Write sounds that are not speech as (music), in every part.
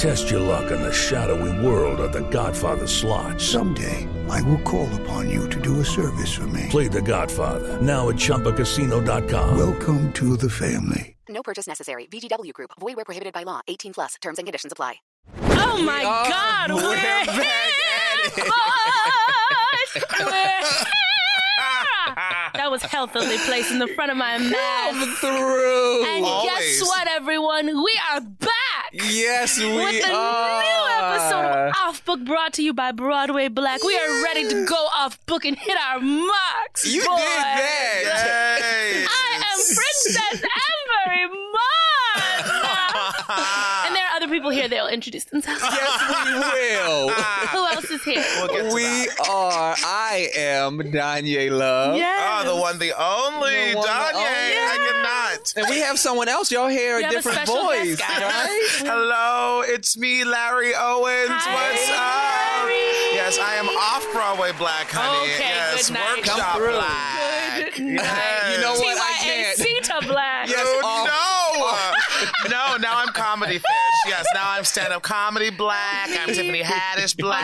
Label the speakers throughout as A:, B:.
A: Test your luck in the shadowy world of The Godfather slot.
B: Someday, I will call upon you to do a service for me.
A: Play The Godfather now at ChumbaCasino.com.
B: Welcome to the family.
C: No purchase necessary. VGW Group. Void where prohibited by law. 18 plus. Terms and conditions apply.
D: Oh my God, we're, here, boys. We're here. That was healthily placed in the front of my mouth.
E: through.
D: And
E: Always.
D: guess what, everyone? We are back
E: Yes, we
D: with a
E: are.
D: new episode of Off Book brought to you by Broadway Black. We are ready to go off book and hit our marks.
E: You
D: boys.
E: did that.
D: I am Princess Emery Moss. and there are other people here. They'll introduce themselves.
E: yes,
D: (laughs) Who else is here?
E: we will. we are. I am Danye Love.
D: Yes.
F: Oh, the one, the only
E: The one, the
F: Danye. I cannot.
E: And we have someone else. Y'all hear
D: We
E: a
D: have a
E: different
D: special
E: voice,
D: guest, guys.
E: right?
F: Hello, it's me, Larry Owens.
D: Hi,
F: What's up?
D: Larry.
F: Yes, I am off Broadway Black, honey.
D: Okay,
F: yes,
D: good night.
F: workshop
E: Come through.
F: Black. Yes.
E: You know what? I can't.
D: TYNC to black.
F: You
E: Yes, off.
F: know. (laughs) no, now I'm comedy fish. Yes, now I'm stand up comedy black.
D: (laughs)
F: I'm Tiffany Haddish black.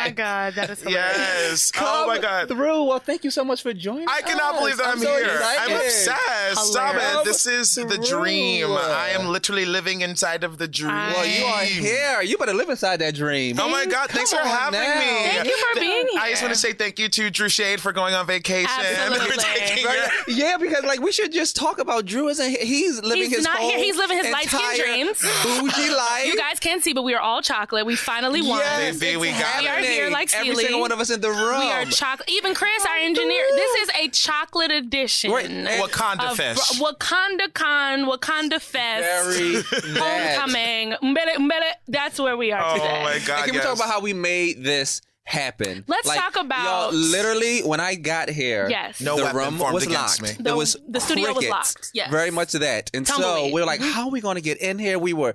D: Oh my God, that is
F: Yes. oh my God.
E: Through. Well, thank you so much for joining.
F: I cannot
E: us.
F: believe that I'm,
E: so
F: here.
E: excited.
F: I'm obsessed. Stop
E: Hilarious.
F: it. This is the dream.
E: True.
F: I am literally living inside of the dream.
E: Well, you are here. You better live inside that dream.
F: Oh my God! Thanks for
E: Come on
F: having
E: now.
F: me.
D: Thank you for being here.
F: I just want to say thank you to Drew Shade for going on vacation.
D: Absolutely.
F: For taking
E: Right?
F: your-
E: Yeah, because like we should just talk about Drew. Isn't he- he's living
D: He's
E: his
D: not
E: whole
D: here. He's living his light-skinned
E: entire
D: dreams.
E: bougie life.
D: You guys can't see, but we are all chocolate. We finally won.
E: Yes,
F: Baby,
E: it's
F: we got it.
D: We are here like
E: Every
D: Seeley.
E: single one of us Oh, in the room.
D: We are chocolate. Even Chris, our engineer. This is a chocolate edition.
E: Right, and-
F: Wakanda
D: of
F: Fest.
D: Bro- Wakanda Con, Wakanda Fest,
E: very (laughs) mad.
D: Homecoming. Mbele, mbele. That's where we are
F: oh
D: today.
F: my God!
E: And can we
F: yes.
E: talk about how we made this happen?
D: Let's talk about-
E: y'all, literally when I got here.
D: Yes.
F: No
E: the
F: weapon
E: room
F: formed
E: was
F: against
E: locked.
F: me.
E: There
D: The-
E: was
D: the studio was
E: crickets,
D: locked. Yes.
E: very much of that. And so
D: Tumbleweed.
E: we were like, how are we going to get in here? We were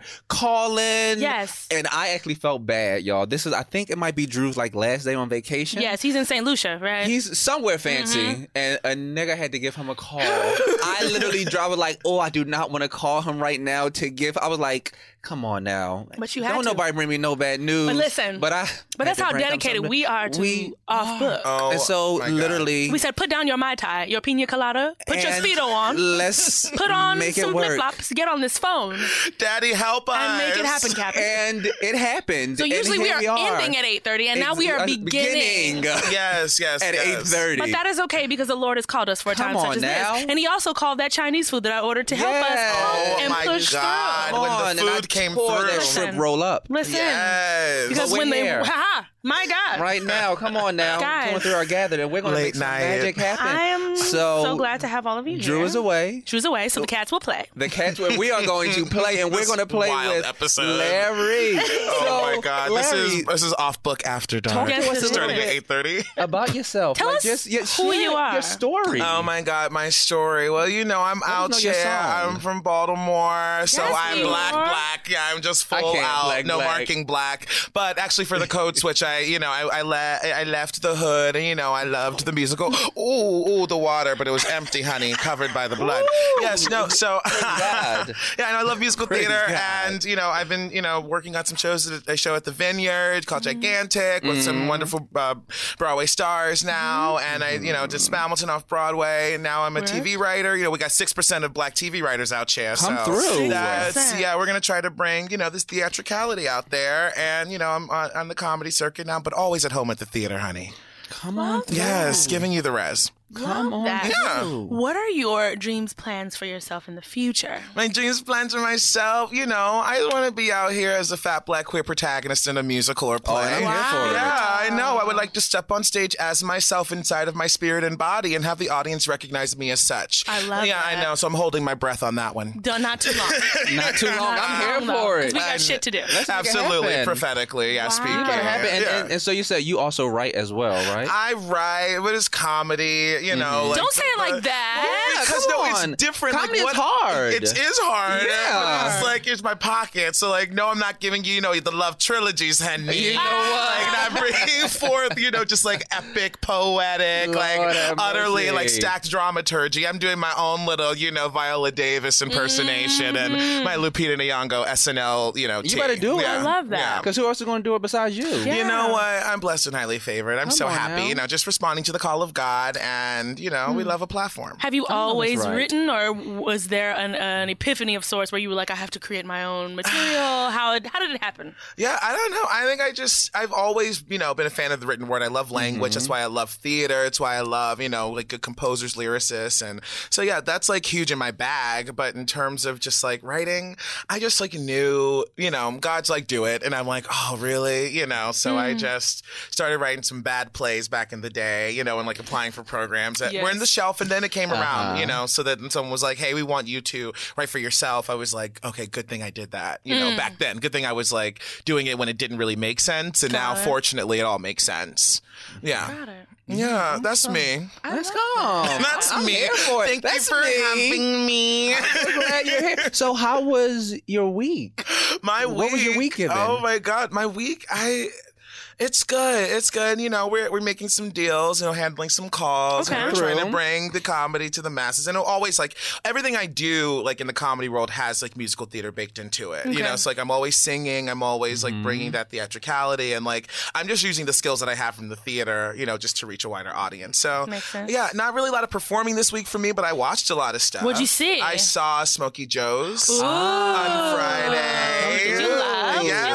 E: calling.
D: Yes.
E: and I actually felt bad, y'all. This is I think it might be Drew's like last day on vacation.
D: Yes, he's in St. Lucia, right?
E: He's somewhere fancy, and a nigga had to give him a call. I
D: (laughs)
E: literally dropped it like, "Oh, I do not want to call him right now to give." I was like, "Come on now."
D: But you had
E: don't
D: to.
E: nobody bring me no bad news.
D: But listen,
E: but I. had
D: but that's
E: to
D: how
E: bring him
D: dedicated
E: something.
D: we are to
E: We
D: off book.
F: Oh,
E: and so
F: my God.
E: literally,
D: We said, put down your mai tai, your pina colada, put your
E: and
D: speedo on,
E: Let's
D: (laughs) put on
E: make
D: some
E: it work.
D: flip flops, get on this phone,
F: (laughs) Daddy, help us
D: and make it happen, Captain.
E: And it happened.
D: So
E: and
D: usually we
E: here
D: are,
E: we
D: ending at 8:30, and now
E: Ex-
D: we are
E: uh,
D: beginning.
F: (laughs) (laughs) Yes, yes.
E: at
F: yes.
E: eight thirty.
D: But that is okay because the Lord has called us for a
E: Come
D: time
E: on
D: such as
E: now.
D: this, and He also called that Chinese food that I ordered to help
E: Yes.
D: us
F: Oh
D: and
F: my
D: push
F: God!
D: through.
F: When the
E: on, and I
F: food came
E: tore that
F: through.
E: shrimp roll up.
D: Listen,
F: Yes.
D: because
E: But
D: when
E: we're
D: they, (laughs)
E: here.
D: haha, my God,
E: right now. Come on now.
D: Guys.
E: Going through our gathering. We're going to
F: Late
E: make some
F: night.
E: magic happen.
D: I am so,
E: so,
D: glad to have all of you.
E: Drew
D: here.
E: is away.
D: Drew's away, so the cats will play.
E: The catch where we are going
F: (laughs)
E: to play, and we're
F: This
E: going to play
F: wild
E: with
F: episode.
E: Larry.
F: Oh
E: So,
F: my God!
E: Larry,
F: This is this is off book after dark.
E: Talk to us a little
F: Starting at
E: bit.
F: eight thirty.
E: about yourself.
D: Tell
E: Like,
D: us
E: just, yeah,
D: who
E: share
D: you are.
E: Your story.
F: Oh my God, my story. Well, you know, I'm
E: don't
F: out
E: know your
F: here.
E: song.
F: I'm from Baltimore, so
D: Yes,
F: I'm
D: you
F: black,
D: are.
F: black. Yeah, I'm just
E: I
F: full
E: can't
F: out,
E: black,
F: no
E: black.
F: marking black. But actually, for the code switch, I I, you know, I I, le- I left the hood, and you know, I loved the musical. Ooh, ooh, the water, but it was empty, honey, covered by the blood. Yes, no. So yeah,
E: God.
F: and I love musical
E: Praise
F: theater,
E: God.
F: and you know, I've been you know working on some shows. That I show at the Vineyard called Gigantic with
E: Mm-hmm.
F: some wonderful uh, Broadway stars now, and I you know did Spamilton off Broadway, and now I'm a TV writer. You know, we got six percent of Black TV writers out, Chaz.
E: Come
F: so
E: through.
F: That's,
D: 6%.
F: yeah, we're gonna try to bring you know this theatricality out there, and you know I'm on, on the comedy circuit now, but always at home at the theater, honey.
E: Come on, through.
F: Yes, giving you the res.
E: Come on,
D: that.
E: through.
D: What are your dreams, plans for yourself in the future?
F: My dreams planned for myself, you know, I want to be out here as a fat black queer protagonist in a musical or
E: Oh,
F: play.
E: and I'm here for it.
F: Yeah, I know. I would like to step on stage as myself inside of my spirit and body and have the audience recognize me as such.
D: I love
F: Yeah, I
D: that.
F: know. So I'm holding my breath on that one.
D: Done not too long.
E: (laughs) Not too long.
D: Not too
E: I'm
D: long,
E: here
D: though,
E: for
D: 'cause
E: it.
D: We got shit to do.
E: Let's make it
F: Absolutely,
E: happen.
F: prophetically, yeah, speaking.
E: Make it happen. And,
F: Yeah.
E: and, and so you said you also write as well, right?
F: I write, but it's comedy, you
E: Mm-hmm.
F: know. Like,
D: Don't say it like that.
E: Yeah,
F: Because
E: come
F: no,
E: on.
F: it's different.
E: Comedy
F: like,
E: is hard.
F: It is hard.
E: Yeah.
F: But it's like it's my pocket. So like, no, I'm not giving you, you know, the love trilogies, honey.
E: You know what?
F: Like, not bringing (laughs) forth, you know, just like epic, poetic,
E: Lord
F: like
E: have
F: utterly
E: mercy.
F: like stacked dramaturgy. I'm doing my own little, you know, Viola Davis impersonation and my Lupita Nyong'o SNL, you know.
E: Mm-hmm. You
F: tea.
E: better do it. I
D: love that.
F: Yeah.
E: Because who else is going to do it besides you?
F: You know what? I'm blessed and highly favored. I'm so
E: on
F: happy.
E: now. Mm.
F: You know, just responding to the call of God, and you know, we love a platform.
D: Have you always
E: right.
D: written, or was there an, an epiphany of sorts where you were like, I have to create my own (sighs) material? How, it- how did it happen?
F: Yeah, I don't know. I think I just I've always you know been a fan of the written word. I love language. That's why I love theater. It's why I love you know like good composers, lyricists, and so yeah, that's like huge in my bag. But in terms of just like writing, I just like knew you know God's like do it, and I'm like oh really you know. So I just started writing some bad plays back in the day, you know, and like applying for programs that were in the
D: Yes.
F: shelf, and then it came around,
E: Uh-huh.
F: you know. So that when someone was like, hey, we want you to write for yourself. I was like okay, good thing I did that, you know,
E: Mm.
F: back then. Good thing I was like doing it when it didn't really make sense, and now fortunately it all makes sense. Yeah, yeah, that's me.
E: Let's go.
F: (laughs) That's
E: I'm
F: me.
E: Here for it.
F: Thank
E: That's
F: you for
E: me. (laughs)
F: having me.
E: I'm glad you're here. So how was your week?
F: my week.
E: What was your week given?
F: Oh my god, my week. I. It's good. It's good. You know, we're we're making some deals. You know, handling some calls.
D: Okay.
F: And we're trying to
E: True.
F: bring the comedy to the masses. And always like everything I do, like in the comedy world, has like musical theater baked into it. You know, it's like I'm always singing. I'm always like bringing
E: Mm-hmm.
F: that theatricality, and like I'm just using the skills that I have from the theater. You know, just to reach a wider audience. So
D: Makes sense.
F: yeah, not really a lot of performing this week for me, but I watched a lot of stuff.
D: What'd you see?
F: I saw Smokey Joe's on Friday.
D: Did Oh, you love? Did you
F: Yes.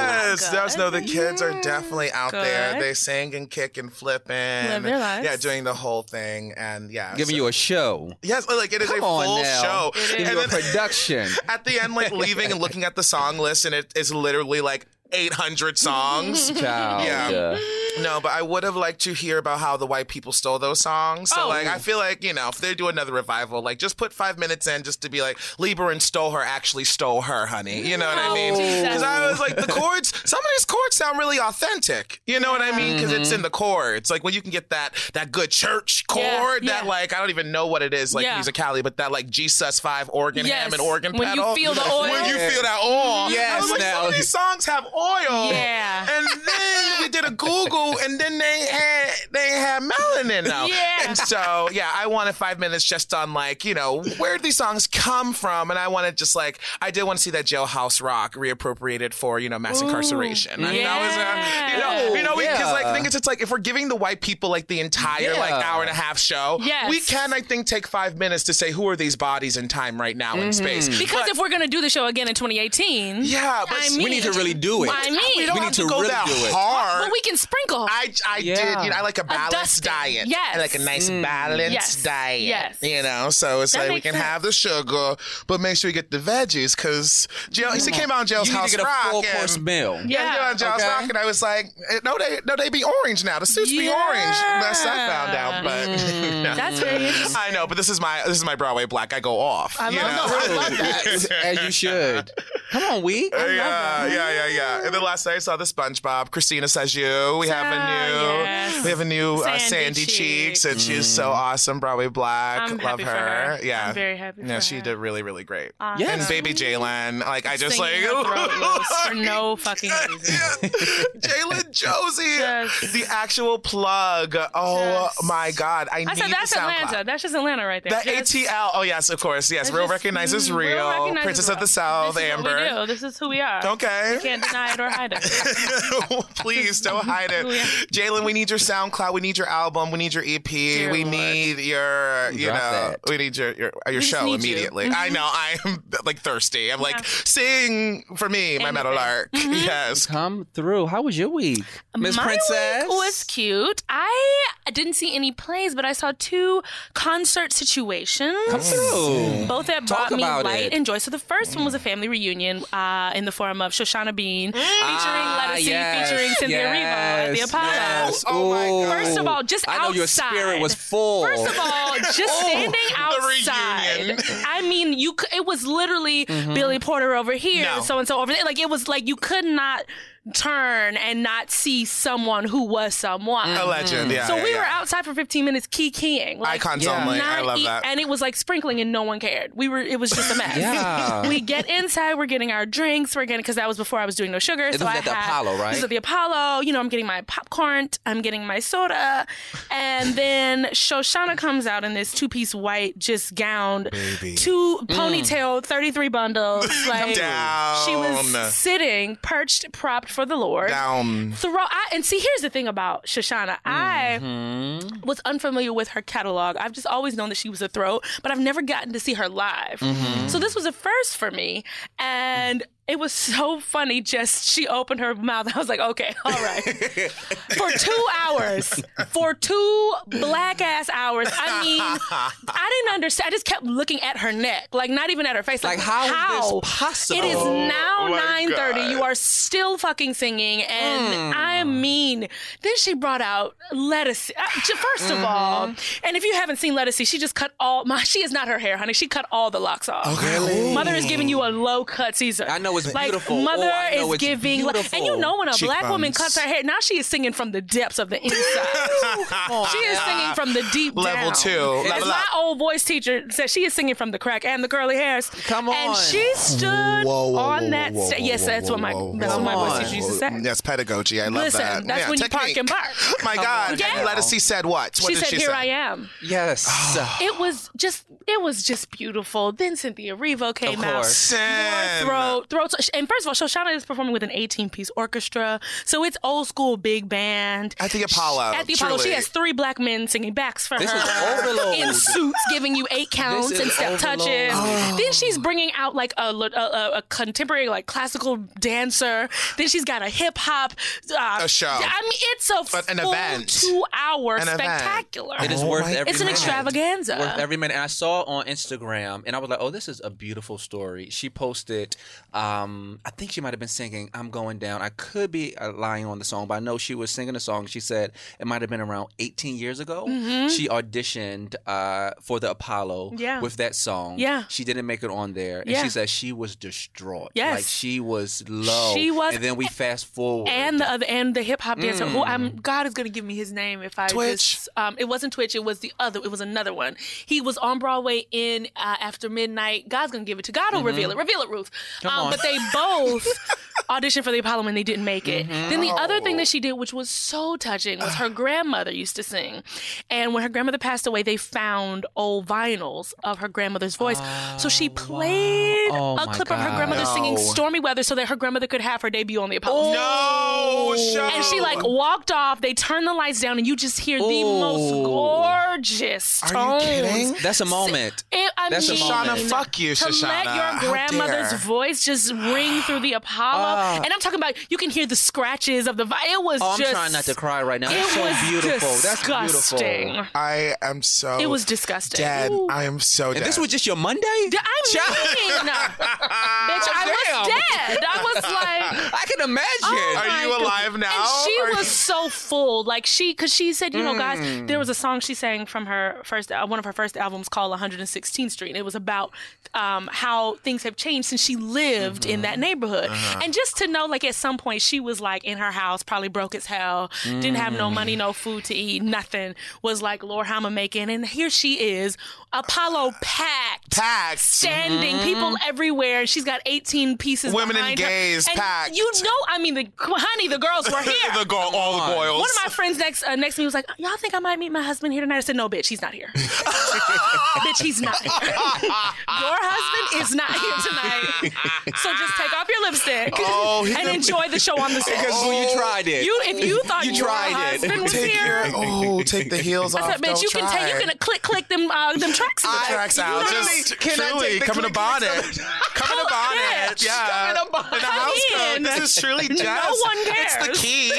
D: love
F: Those, no, the
D: good?
F: kids are definitely out there.
D: Good.
F: They sing and kick and flip
D: Live
F: and
D: their lives.
F: yeah, doing the whole thing and yeah,
E: Giving
F: so-
E: you a show.
F: yes, like it is
E: Come
F: a
E: on
F: full
E: now.
F: show.
E: Giving
F: And
E: you a
F: then-
E: production.
F: (laughs) at the end, like leaving and looking at the song list, and it is literally like 800 songs.
E: Child.
F: Yeah. No, but I would have liked to hear about how the white people stole those songs. So,
D: Oh.
F: like, I feel like, you know, if they do another revival, like, just put five minutes in just to be like, Lieberman stole her, actually stole her, honey. You know what I mean?
D: Oh, Jesus.
F: Because I was
D: (laughs)
F: like, the chords, some of these chords sound really authentic. You know what I mean? Because it's in the chords. Like, when you can get that that good church chord,
D: Mm-hmm. Yeah,
F: that,
D: yeah.
F: like, I don't even know what it is, like,
D: Yeah.
F: musicality, but that, like, Jesus 5 organ
D: Yes.
F: ham and organ
D: When you
F: pedal.
D: feel the
F: When
D: oil.
F: you feel that oil. I
E: Yes,
F: was like, some of
E: now.
F: these songs have oil.
D: Yeah.
F: And then we did a Google, and then they had they had melanin now.
D: Yeah.
F: And so yeah, I wanted five minutes just on like you know where did these songs come from, and I wanted just like I did want to see that jailhouse rock reappropriated for you know mass incarceration. I mean, that was
D: yeah.
F: a, you know you know because like
E: Yeah.
F: the thing is it's like if we're giving the white people like the entire like
E: Yeah.
F: hour and a half show,
D: Yes.
F: we can I think take five minutes to say who are these bodies in time right now in space
D: Because
F: But-
D: if we're going to do the show again in 2018,
F: yeah, but
D: I
F: we
D: mean,
E: We need to really do it.
D: I mean,
F: we don't
E: We
F: have
E: need
F: to,
E: to
F: go
E: really
F: that
E: do it.
F: hard.
D: but we can sprinkle.
F: I, I
E: Yeah.
F: did. You know, I like a balanced
D: dusting.
F: diet.
D: Yes. Mm.
F: I like a nice balanced
D: Yes.
F: diet.
D: Yes.
F: You know, so it's
D: That
F: like we
D: makes
F: can
D: sense.
F: have the sugar, but make sure we get the veggies because Jill, you see, came out in Jill's
E: You need
F: house
E: to get a
F: rock.
E: full
F: and,
E: course
F: (laughs)
E: meal.
F: Yeah,
D: Mm. Yeah.
F: Jill and Jill's
E: Okay.
F: rock, and I was like, eh, no, they no, they be orange now. The suits be orange.
D: Yeah. Mm.
F: That's I found out, but (laughs)
D: That's very interesting.
F: I know. But this is my this is my Broadway black. I go off. I
E: As you should. Come on, we.
F: yeah, Uh, yeah, yeah, yeah. And then last night I saw the SpongeBob. Christina says you. We have a new,
D: yes.
F: we have a new Sandy, uh,
D: Sandy
F: Sandy Cheeks,
D: Cheeks.
F: and she's so awesome. Broadway Black,
D: I'm
F: love
D: happy for her.
F: Yeah,
D: I'm very happy
F: Yeah,
D: for
F: she
D: her.
F: did really, really great.
E: Yes.
F: And baby Jalen, like I just like
D: Singing her throat
F: (laughs)
D: loose for no fucking reason.
F: Jalen Josie,
D: Yes.
F: the actual plug. Oh
D: Yes.
F: my God, I,
D: I
F: need
D: said that's
F: the SoundCloud.
D: Atlanta. That's just Atlanta right there.
F: That
D: Just-
F: ATL. Oh yes, of course. Yes,
D: that's
F: real
D: just-
F: recognized is
D: mm,
F: real.
D: recognized
F: Princess
D: is
F: of the
D: real.
F: South,
D: this
F: Amber.
D: Is what we do. This is who we are.
F: Okay.
D: You can't deny it or hide it. Mm-hmm. (laughs)
F: Please (laughs) don't hide it.
D: Yeah.
F: Jalen, we need your SoundCloud. We need your album. We need your EP.
D: Dear
F: we
D: Lord.
F: need your, you
E: Drop
F: know,
E: that.
F: we need your your, your
D: just
F: show
D: need you. Mm-hmm.
F: immediately. I know. I am like thirsty. I'm like,
D: Yeah.
F: sing for me, my
D: Anything.
F: Metalark.
D: Mm-hmm.
F: Yes.
E: Come through. How was your week, Miss
D: My
E: Princess?
D: week was cute. I didn't see any plays, but I saw two concert situations.
E: Come through.
D: Both that
E: Talk
D: brought me
E: about
D: light
E: it.
D: and joy. So the first one was a family reunion uh, in the form of Shoshana Bean featuring
E: Ah,
D: Lettucey,
E: yes,
D: featuring Cynthia Revo at the
E: yes,
D: Apollo.
E: yes.
F: Oh, oh my God.
D: First of all, just
E: I know your
D: outside.
E: spirit was full.
D: First of all, just standing outside.
F: oh, reunion. Mm-hmm.
D: I mean, you. c- It was literally Billy Porter over here,
F: No.
D: so and so over there. Like it was like you could not turn and not see someone who was someone.
F: A legend. Mm. Yeah.
D: So
F: yeah,
D: we
F: yeah.
D: were outside for 15 minutes kikiing. Like,
F: Icons
E: Yeah.
F: only. I
D: not
F: love
D: e-
F: that.
D: And it was like sprinkling and no one cared. We were, it was just a mess.
E: Yeah.
F: (laughs)
D: We get inside, we're getting our drinks, we're getting, because that was before I was doing no sugar.
E: This
D: so
E: was
D: I
E: at the
D: had-
E: Apollo, right?
D: This is at the Apollo. You know, I'm getting my popcorn, I'm getting my soda. And then Shoshana comes out in this two piece white, just gowned, two
E: Mm.
D: ponytail, 33 bundles.
F: (laughs)
D: Like, She
F: Down.
D: was sitting, perched, propped for the Lord
F: Down.
E: Mm-hmm.
D: throw I, and see here's the thing about shoshana
E: Mm-hmm.
D: i was unfamiliar with her catalog i've just always known that she was a throat but i've never gotten to see her live
E: Mm-hmm.
D: so this was a first for me and it was so funny just she opened her mouth (laughs) i was like okay all right
E: (laughs)
D: for two hours for two black ass hours i mean i didn't understand i just kept looking at her neck like not even at her face like,
E: Like, how is this possible?
D: it is now
F: Oh, my
D: 9.30 you
F: God.
D: are are still fucking singing, and
E: Hmm.
D: I mean, then she brought out lettuce. uh, j- First
E: Mm-hmm.
D: of all, and if you haven't seen lettuce, she just cut all my. She is not her hair, honey. She cut all the locks off.
F: (laughs) Really?
D: Mother is giving you a low cut Caesar.
E: I know it's
D: like,
E: beautiful.
D: Mother
E: Oh, I know
D: is
E: it's
D: giving, like, and you
E: beautiful.
D: know when a black woman
F: Cheekbones.
D: cuts her hair, now she is singing from the depths of
E: (laughs)
D: the inside. she
E: Ah,
D: is singing from the deep
F: Level
D: down.
F: two.
D: As
F: Level
D: my
F: up.
D: old voice teacher said, she is singing from the crack and the curly hairs.
E: Come on.
D: and she stood
F: Whoa, whoa,
D: on
F: whoa,
D: that.
F: whoa,
D: sta-
F: whoa,
D: yes,
F: whoa,
D: that's what my
F: whoa,
D: that's
F: whoa,
D: what my
E: Come
D: voice
E: on.
D: teacher used to say.
F: That's pedagogy. I love
D: Listen,
F: that.
D: that's
F: Yeah,
D: when you park
F: technique.
D: and bark.
F: (laughs) My God.
D: Yeah.
F: And Lettucey said what? What
D: she
F: did
D: said,
F: she
D: "Here
F: say?
D: I am."
E: yes.
D: (sighs) It was just, it was just beautiful. Then Cynthia Revo came out.
E: course.
F: Sin.
D: Throat, throat. And first of all, Shoshana is performing with an 18-piece orchestra, so it's old school big band.
F: At the Apollo,
D: At the Apollo,
F: Uh, truly.
D: she has three black men singing backs for
E: This
D: her
E: is overload.
D: in suits, giving you eight counts
E: is
D: and step
E: overload.
D: touches.
F: Oh.
D: Then she's bringing out like a, a, a- a contemporary, like classical dancer. Then she's got a hip hop uh,
F: A show.
D: I mean, it's a
F: But an
D: full
F: event.
D: two-hour
F: An event.
D: spectacular.
E: It is
F: Oh
E: worth
F: my
E: every
D: It's an
E: minute.
D: extravaganza.
E: Worth every minute. And I saw on Instagram, and I was like, "Oh, this is a beautiful story." She posted. Um, I think she might have been singing "I'm Going Down." I could be uh, lying on the song, but I know she was singing a song. She said it might have been around 18 years ago. She auditioned uh, for the Apollo
D: Mm-hmm. Yeah.
E: with that song.
D: Yeah.
E: she didn't make it on there, and
D: Yeah.
E: she said she was distraught.
D: Yes.
E: like she was low.
D: She was-
E: And then we fast forward. Mm-hmm.
D: and the other and the hip hop dancer who I'm God is gonna give me his name if I
F: Twitch.
D: just um it wasn't Twitch it was the other it was another one he was on Broadway in uh, After Midnight God's gonna give it to God will reveal it reveal it Ruth um,
E: Mm-hmm. on.
D: but they both (laughs) auditioned for the Apollo and they didn't make it
E: Mm-hmm.
D: then the other
E: Oh.
D: thing that she did which was so touching
E: (sighs)
D: was her grandmother used to sing and when her grandmother passed away they found old vinyls of her grandmother's voice so she (laughs) played
E: Oh,
D: a
E: my
D: clip of her
E: God.
D: grandmother singing
F: No.
D: Stormy Weather so that her grandmother could have her debut on the Apollo
F: No, show.
D: and she like walked off. They turned the lights down, and you just hear the most
E: Ooh.
D: gorgeous tones.
F: Are you kidding?
E: that's a moment.
D: It- I
E: That's a
D: mean,
E: moment.
F: Shoshana, fuck you,
D: to
F: Shoshana.
D: let
F: How
D: your grandmother's
F: dare.
D: voice just ring through the Apollo, and I'm talking about you can hear the scratches of the. vi- It was
E: Ah. Oh, I'm
D: just.
E: trying not to cry right now.
D: It
E: That's so
D: was
E: beautiful. That's
D: disgusting.
E: beautiful.
F: I am so.
D: It was disgusting.
F: Oh, Dead.
D: Ooh.
F: I am so dead.
E: And
F: (laughs)
E: this was just your Monday?
D: D- I mean, bitch, I was
E: Damn.
D: dead. I was like,
E: I can imagine.
D: Oh
F: Are
D: my
F: you alive
D: goodness.
F: now?
D: And she
F: Are
D: was
F: you- Hmm.
D: so full, like she, because she said, you know, guys, there was a song she sang from her first, uh, one of her first albums called 116 Green Street, and it was about um, how things have changed since she lived in
F: Mm-hmm.
D: that neighborhood.
F: Uh-huh.
D: And just to know, like at some point, she was like in her house, probably broke as hell, didn't have
F: Mm.
D: no money, no food to eat, nothing. Was like, Lord, how am I making? And here she is, Apollo packed,
F: Packed.
D: standing, people everywhere. She's got 18 pieces.
F: Mm-hmm. Women and
D: behind her.
F: gays
D: And
F: packed.
D: You know, I mean, the honey, the girls
F: (laughs)
D: were here.
F: the girl, all the boils.
D: One of my friends next uh, next to me was like, "Y'all think I might meet my husband here tonight?" I said, "No, bitch, he's not
F: (laughs)
D: here. bitch, he's not here. Your husband is not here tonight. So just take off your lipstick
F: Oh, he
D: and
F: could-
D: enjoy the show on the set.
E: Because when you tried it.
D: You, if you thought
E: You
D: your
E: tried it.
D: husband was
F: Oh. take
D: here,
F: your oh, take the heels off.
D: I said,
F: Don't
D: bitch, you can
F: try.
D: take, you can click, click them, uh, them tracks. in the back.
F: tracks out.
D: You know what I mean?
F: Just
E: Can I
F: truly
E: take the
F: come in a
E: click
F: bonnet.
E: click
F: (laughs) Come
E: Oh,
F: in a bonnet.
D: bitch.
F: Yeah.
E: Come in a bonnet.
F: the
D: Come
F: house coat.
D: in.
F: This is
E: (laughs)
F: truly just.
D: one
F: It's
D: cares.
F: the key.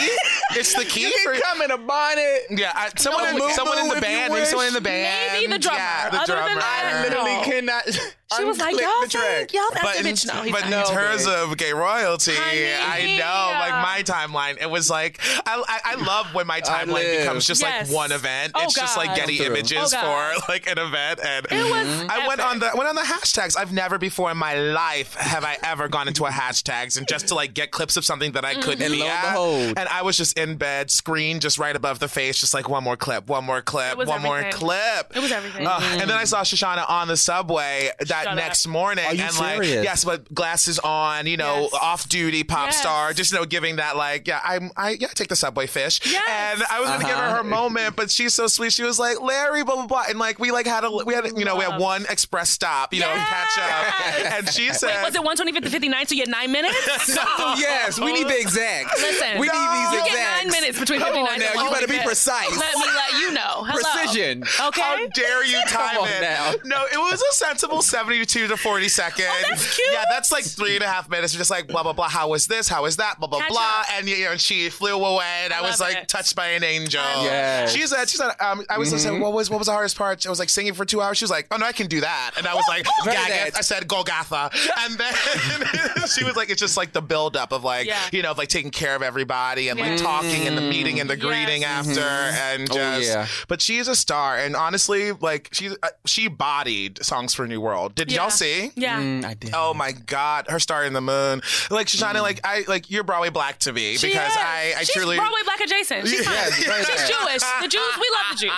F: It's the key
E: You
F: for.
E: can come in a bonnet.
F: Yeah, I, someone,
E: No,
F: in,
E: Moo
F: someone in
E: Moo
F: the
E: if you
F: band. Maybe someone in the band.
D: Maybe the drummer.
F: Yeah, the
D: Other
F: drummer.
D: than that,
E: I literally
D: No.
E: cannot.
D: She was like,
E: unclick
D: y'all
E: the
D: think,
E: track.
D: y'all think,
F: But in,
D: bitch, no, he's
F: but in
D: not.
E: No,
F: terms of gay royalty,
D: Honey.
F: I know, like my timeline, it was like I, I, I love when my timeline
E: live.
F: becomes just
D: Yes.
F: like one event.
D: Oh,
F: it's just like
D: God.
F: Getty
E: Come through.
F: images
D: Oh, God.
F: for like an event, and
D: It was
E: Mm-hmm.
F: I went
D: epic.
F: on the went on the hashtags. I've never before in my life have I ever gone into a hashtags and just to like get clips of something that I
D: Mm-hmm.
F: couldn't
E: And
F: be
E: lo and
F: at.
E: behold.
F: And I was just in bed, screen just right above the face, just like one more clip, one more clip,
D: It was
F: one more
D: everything.
F: clip.
D: It was everything.
F: Ugh. And then I saw Shoshana on the subway that
D: Mm. Shut up.
F: next morning,
E: Are you
F: and like
E: serious?
F: yes, but glasses on, you know,
D: Yes.
F: off duty pop
D: Yes.
F: star, just you know, giving that like yeah, I'm I yeah, I take the subway fish.
D: Yes.
F: And I was gonna give
E: Uh-huh.
F: her her moment, but she's so sweet. She was like Larry, blah blah blah, and like we like had a we had you know we had
D: Love.
F: one express stop, you know, catch up,
D: Yes.
F: and she said.
D: Wait, was
F: (laughs)
D: it 125 to 59? So you get
E: (laughs)
D: nine minutes?
E: Oh, yes, we need
D: (laughs)
E: the exact.
D: Listen,
E: we need
D: you
E: these
D: get
E: exact.
D: nine minutes between
E: Come
D: 59
E: on now, you
D: and
E: better be
D: 125.
E: precise.
D: Let me let you know. Hello.
E: Precision.
D: Okay.
F: How dare you time
E: on
F: it?
E: now.
F: No, it was a sensible 72 to 40 seconds.
D: Oh, that's cute.
F: Yeah, that's like three and a half minutes. You're just like, blah, blah, blah. How was this? How was that? Blah, blah,
D: Catch
F: blah.
D: up.
F: And, you know, she flew away and I, was
D: love
F: like
D: it.
F: touched by an angel.
E: Yes.
F: She said, she said, um, I was
D: Mm-hmm.
F: listening, what was, what was the hardest part? I was like singing for two hours. She was like, oh, no, I can do that. And I was
D: (laughs)
F: like,
E: Very
F: Gaga.
E: that.
F: I said, Golgotha. And then (laughs) she was like, it's just like the buildup of like,
D: Yeah.
F: you know, of like taking care of everybody and like
D: Yeah.
F: talking and the meeting and the
D: Yes. Mm-hmm.
F: greeting after and
E: Oh,
F: just
E: yeah.
F: but she's a star, and honestly, like she uh, she bodied songs for New World. Did
D: Yeah.
F: y'all see?
D: Yeah.
E: Mm, I did.
F: Oh my God, her star in the moon. Like Shoshana,
E: Mm.
F: like I like you're Broadway black to me
D: She
F: because
D: is.
F: I I
D: She's
F: truly
D: Broadway black adjacent. She's fine.
E: Yes, right
D: She's
E: there.
D: Jewish. The Jews, we love
E: (laughs)
D: the Jews.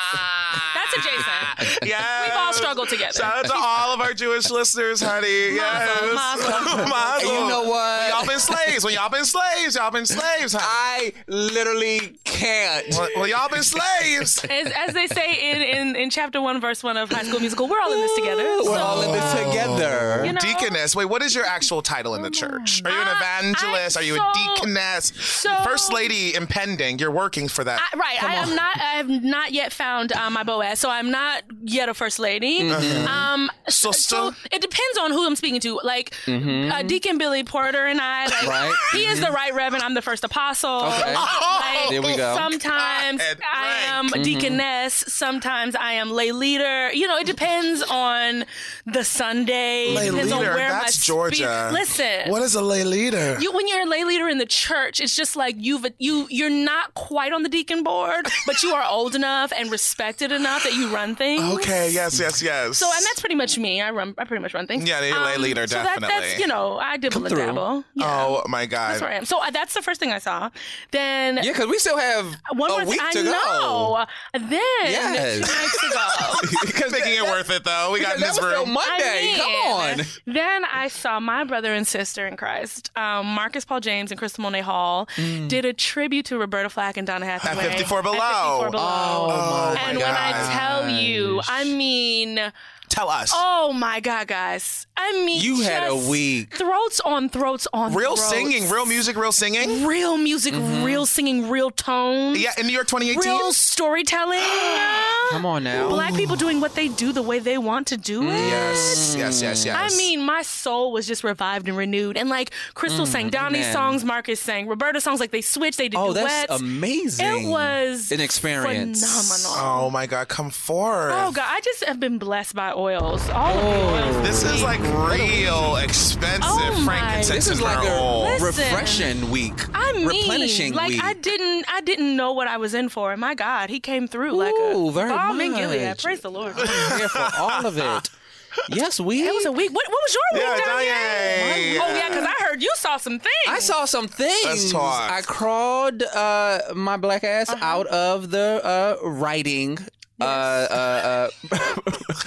D: That's adjacent.
F: Ah. (laughs) Yes.
D: We've all struggled together.
F: Shout out to all of our Jewish listeners, honey. Yes.
D: mazel.
F: (laughs)
E: And
F: Mazel.
E: you know what?
F: When y'all been slaves. When y'all been slaves, y'all been slaves, honey.
E: I literally can't.
F: Well, well,
E: (laughs)
F: y'all been slaves.
D: As, as they say in, in, in chapter one, verse one of High School Musical, we're all in this together.
E: We're
D: So, uh,
E: all in this together.
D: You know, Mm-hmm.
F: Deaconess. Wait, what is your actual title in the church? Are you an
D: I-
F: evangelist?
D: I'm
F: Are you
D: so-
F: a deaconess?
D: so-
F: First lady impending. You're working for that.
D: I, right. I am not. I have not yet found uh, my Boaz, so I'm not yet a first lady.
E: Mm-hmm.
D: Um, so,
F: Sister.
D: it depends on who I'm speaking to. Like
F: Mm-hmm.
D: uh, Deacon Billy Porter and I. Like,
E: Right.
D: He is the right reverend. I'm the first apostle.
E: Okay.
F: Oh!
D: Like,
E: There we go.
D: Sometimes
F: God,
D: I
F: right.
D: am deaconess. Sometimes I am lay leader. You know, it depends on the Sunday. It
F: lay
D: depends
F: leader.
D: on where my
F: That's
D: spe-
F: Georgia.
D: Listen.
F: What is a lay leader?
D: You, when you're a lay leader in the church, it's just like you've you you're not quite on the deacon board, but you are old enough and respected enough that you run things.
F: okay. Yes. Yes. Yes.
D: So and that's pretty much me. I run. I pretty much run things. Um,
F: Yeah, you're a lay leader,
D: so that- that's
F: definitely.
D: you know I dibble and
E: through.
D: dabble. Yeah,
F: Oh my God. (laughs)
D: that's where I am. So uh, that's the first thing I saw. Then
E: Yeah, because we still have oh,
D: one
E: a
D: more
E: week to
D: thing. I
E: go.
D: know. Then
E: Yes.
D: two nights
E: (laughs)
D: ago.
E: Because
F: Making it
E: that-
F: worth it though. We
E: that
F: got Ms.
E: was still
F: Room.
E: Monday.
D: I
E: Come
D: mean,
E: on.
D: Then I saw my brother and sister in Christ, um, Marcus Paul James and Crystal Monet Hall,
E: Mm.
D: did a tribute to Roberta Flack and Donna Hathaway
F: 54 Below.
D: 54 Below.
E: Oh,
D: and
F: my
D: when I
F: gosh.
D: tell you, I mean,
F: Tell us.
D: oh my God, guys! I mean,
E: You had a
D: just
E: week.
D: Throats on throats on
F: real
D: throats.
F: singing, real music, real singing.
D: real music, real singing, real tone.
F: Yeah, in New York 2018.
D: Real storytelling.
F: (gasps)
E: Come on now.
D: Black people doing what they do the way they want to do it.
F: Mm, Yes, yes, yes, yes.
D: I mean, my soul was just revived and renewed. And like Crystal sang Donnie's
E: Mm, amen.
D: songs, Marcus sang Roberta songs. Like they switched, they did
E: Oh,
D: duets.
E: that's amazing.
D: It was
E: an experience.
D: phenomenal.
F: oh my God, come forth.
D: Oh God, I just have been blessed by oils. All of
E: Oh.
D: the oils.
F: This is like real expensive
D: Oh my-
F: frankincense
E: This is
F: and
E: like a
F: myrrh.
D: Listen.
E: refreshing week.
D: I mean,
E: replenishing
D: like
E: week.
D: I didn't, I didn't know what I was in for, and my God, he came through like
E: Ooh,
D: a
E: very
D: bomb in Gilead.
E: much. (laughs)
D: Praise the Lord.
E: I'm here for all of it. yes, we.
D: It was a week. What, what was your
F: Yeah,
D: week,
F: Danye.
D: Oh yeah, because I heard you saw some things.
E: I (laughs) saw some things.
F: Let's talk.
E: I crawled uh, my black ass out of the uh, writing uh, uh, uh,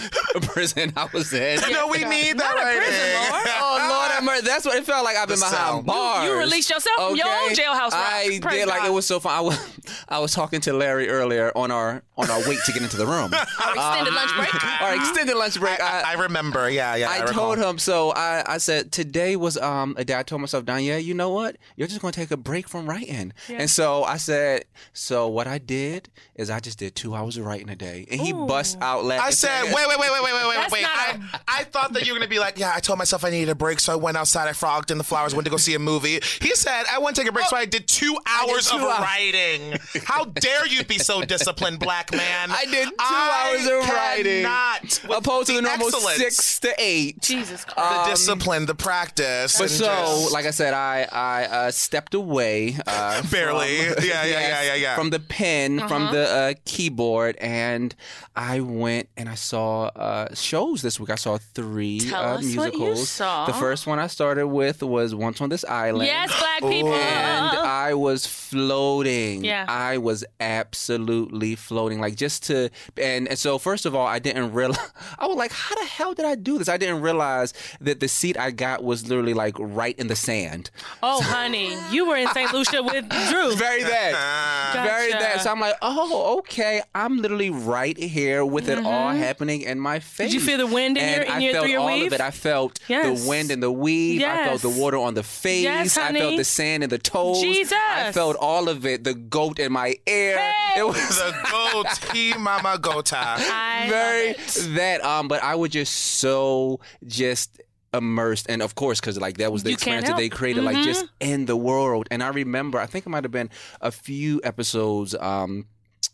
E: (laughs) prison I was in.
F: no, we need that
D: Not a
F: right
D: prison, Lord.
E: Oh Lord
F: (laughs)
E: have mercy! That's what it felt like. I've been
F: The
E: behind
F: sound.
E: bars.
D: You released yourself from your own jailhouse rock.
E: I
D: Praise
E: did. Like
D: God.
E: it was so fun. I was, I was talking to Larry earlier on our on our wait to get into the room.
D: Our extended lunch break.
E: our extended lunch break.
F: I, I remember. Yeah, yeah. I,
E: I,
F: recall.
E: told him Um, so. I, I said today was um a day. I told myself, Danya, you know what? You're just gonna take a break from writing. And so I said, so what I did is I just did two hours of writing a day, and he bust out laughing.
F: I said, wait, wait, wait, wait, wait, wait, wait,
D: That's
F: wait.
D: not
F: I, I thought that you were gonna be like, yeah. I told myself I needed a break, so I went outside. I frolicked in the flowers, went to go see a movie. He said I went to take a break, so I did two hours
E: two
F: of
E: hours.
F: writing. How dare you be
E: (laughs)
F: so disciplined, black man?
E: I did two hours of writing,
F: Not
E: opposed to the normal
F: excellence,
E: six to eight.
D: Jesus
E: uh,
D: Christ.
F: The discipline, the practice.
E: Um, But
F: and
E: so,
F: just-
E: like I said, I I uh, stepped away uh,
F: Barely.
E: From,
F: Yeah, yeah, yeah, yeah, yeah. Uh-huh.
E: From the pen, from the uh, keyboard, and I went and I saw uh, shows this week. I saw three
D: Tell
E: uh,
D: us what you
E: musicals.
D: saw.
E: The first one I started with was Once on This Island.
D: yes, black people.
E: And I was floating.
D: Yeah.
E: I was absolutely floating. Like just to and, and so first of all, I didn't (laughs) realize I was like, how the hell did I do this? I didn't realize that the seat I got was literally like right in the sand.
D: oh, honey, you were in St.
E: (laughs)
D: Lucia with Drew.
E: Very that. Very
D: Gotcha.
E: that. So I'm like, oh, okay. I'm literally right here with it all happening in my face.
D: Mm-hmm. you feel the wind in
E: and
D: your- in
E: I
D: your-
E: felt
D: through your
E: all
D: weave?
E: of it. I
D: (laughs)
E: felt
D: Yes.
E: the wind in the weave. I felt the
D: Yes.
E: water on the face.
D: Yes,
E: I felt
D: honey.
E: the sand in the toes. I
D: Jesus.
E: felt all of it. The goat in my ear.
D: Hey.
E: It was
F: the goat,
E: (laughs)
F: he mama gota.
D: I
E: very
D: love it.
E: that. Um, but I was just so just immersed and of course because like that was the
D: You can't
E: experience that they
D: help.
E: created like just
D: Mm-hmm.
E: in the world and i remember i think it might have been a few episodes um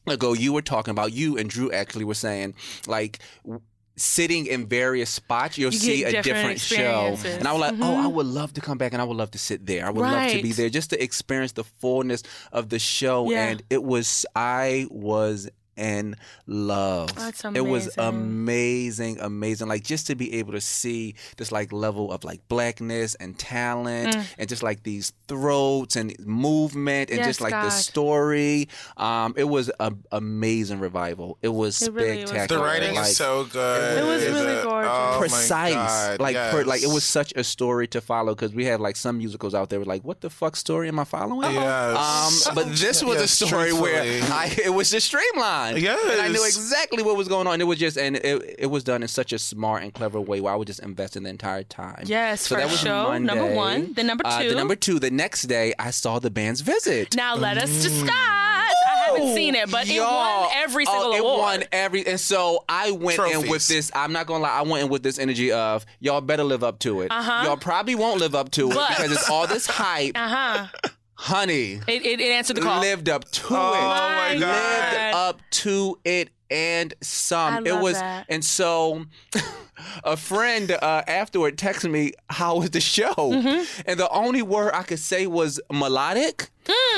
E: ago you were talking about you and drew actually were saying like w- sitting in various spots you'll
D: Mm-hmm. You
E: see
D: get
E: a
D: different
E: different show
D: experiences.
E: and i was like oh i would love to come back and i would love to sit there i would love to be
D: Mm-hmm. Right.
E: there just to experience the fullness of the show
D: Yeah.
E: and it was i was in love
D: Mm-hmm. That's
E: it was
D: amazing.
E: amazing, amazing. Like just to be able to see this like level of like blackness and talent
D: Mm.
E: and just like these throats and movement and
D: Yes,
E: just like
D: God.
E: the story. Um, it was a amazing revival. It was
D: It really was
E: spectacular.
F: The writing
E: like,
F: is so good.
D: It was really
F: The-
D: gorgeous.
F: oh my
E: precise
F: God,
E: like per, like it
F: yes.
E: was such a story to follow because we had like some musicals out there were like what the fuck story am i following
F: Yes.
E: um but this was
F: Yes,
E: a story where
F: truthfully.
E: (laughs) i it was just streamlined and i knew
F: Yes.
E: exactly what was going on it was just and it, it was done in such a smart and clever way where i was just investing the entire time
D: Yes, first show, number
E: Monday.
D: one. Then number
E: Uh,
D: two.
E: the number two the next day i saw the band's visit
D: Now let us discuss. I haven't seen it, but it
E: Y'all,
D: won every
E: oh,
D: single
E: it
D: award.
E: won every, and so I went in
F: Trophies.
E: with this. I'm not gonna lie, I went in with this energy of y'all better live up to it. Uh-huh. Y'all probably won't live up to
D: But-
E: it because it's all this hype,
D: (laughs) Uh-huh.
E: honey.
D: It, it, it answered the call.
E: Lived up to
F: Oh
E: it.
F: my
D: My God.
F: God.
E: Lived up to it and some.
D: I
E: it
D: love
E: was,
D: that.
E: and so. (laughs) A friend uh, afterward texted me, "How was the show?"
D: Mm-hmm.
E: And the only word I could say was melodic.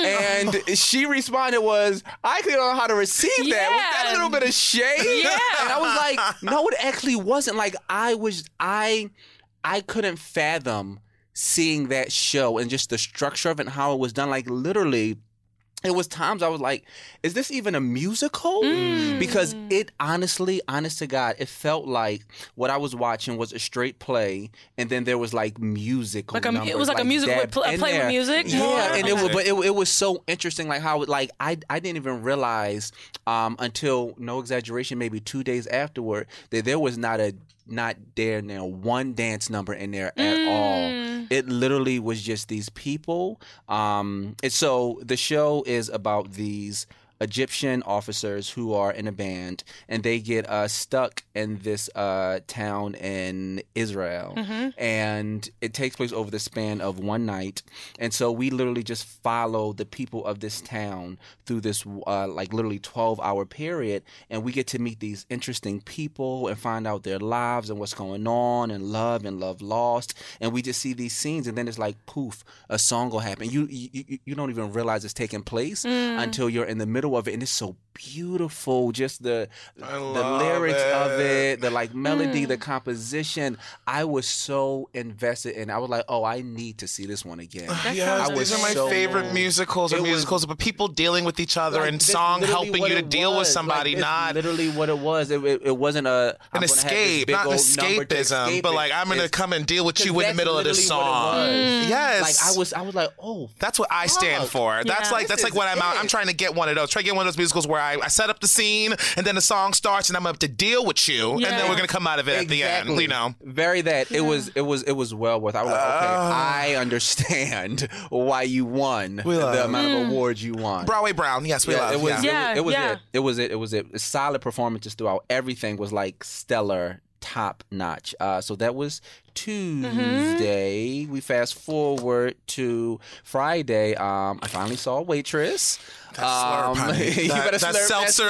E: And she responded was, "I don't know how to receive that. Was that a
D: Yeah.
E: little bit of shade?"
D: Yeah.
E: And I was like, "No, it actually wasn't. Like I was, I, I couldn't fathom." Seeing that show and just the structure of it and how it was done, like literally, it was times I was like, is this even a musical?
D: Mm.
E: Because it honestly, honest to God, it felt like what I was watching was a straight play, and then there was like musical.
D: Like a- it
E: numbers,
D: was like a musical with
E: that
D: pl- a
E: in
D: play with
E: there.
D: music
E: Yeah,
D: more?
E: and it was,
D: Okay.
E: but it, it was so interesting, like how it, like I I didn't even realize um, until no exaggeration, maybe two days afterward that there was not a not there now one dance number in there at
D: Mm.
E: all. It literally was just these people. Um, and so the show is about these. Egyptian officers who are in a band and they get uh, stuck in this uh, town in Israel. And it takes place over the span of one night. And so we literally just follow the people of this town through this, uh, like, literally 12 hour period. And we get to meet these interesting people and find out their lives and what's going on and love and love lost. And we just see these scenes. And then it's like, poof, a song will happen. You, you, you- you don't even realize it's taking place until you're in the middle video of it, and it's so beautiful. Just the
F: I
E: the
F: love
E: lyrics of
F: it.
E: it, the like melody, the composition. I was so invested, and I was like, "Oh, I need to see this one again."
F: Yes,
E: I was
F: these are my
E: so-
F: favorite musicals
E: It
F: or
E: was-
F: musicals about people dealing with each other
E: Like,
F: and
E: that's
F: song
E: literally
F: helping
E: what
F: you to
E: it
F: deal with
E: was.
F: somebody,
E: Like, that's
F: not
E: literally what it was. It, it, it wasn't a I'm
F: an
E: gonna have this
F: escape,
E: big
F: not an
E: old number to
F: escapism,
E: escape
F: but
E: it.
F: like I'm gonna
E: It's-
F: come and deal with
E: 'cause
F: you in the
E: that's
F: middle of this
E: literally what it
F: song.
E: was.
F: Yes,
E: Like I was, I was like, oh,
F: That's what I stand
E: Fuck.
F: for. That's
D: Yeah.
F: like that's
E: This
F: like
E: is
F: what I'm out. I'm
E: it.
F: trying to get one of those. Try to get one of those musicals where I, I set up the scene and then the song starts and I'm up to deal with you and
D: Yeah.
F: then we're gonna come out of it at the end.
E: Exactly.
F: You know.
E: very that it was it was it was well worth. I was like, okay, I understand (laughs) why you won
F: Oh. We love- Hmm.
E: the amount of awards you won.
F: Broadway Brown. Yes, we
E: Yeah,
F: love.
E: it was,
F: yeah.
D: Yeah,
E: it was,
D: yeah.
E: it was it. It was it. It was it. Solid performances throughout. Everything was like stellar, top notch. Uh, so that was Tuesday. We fast forward to Friday. Um, I finally saw Waitress. (laughs)
F: Mm-hmm. That slurp,
E: Um,
F: honey.
E: you
F: That-
E: better
F: that
E: slurp,
F: seltzer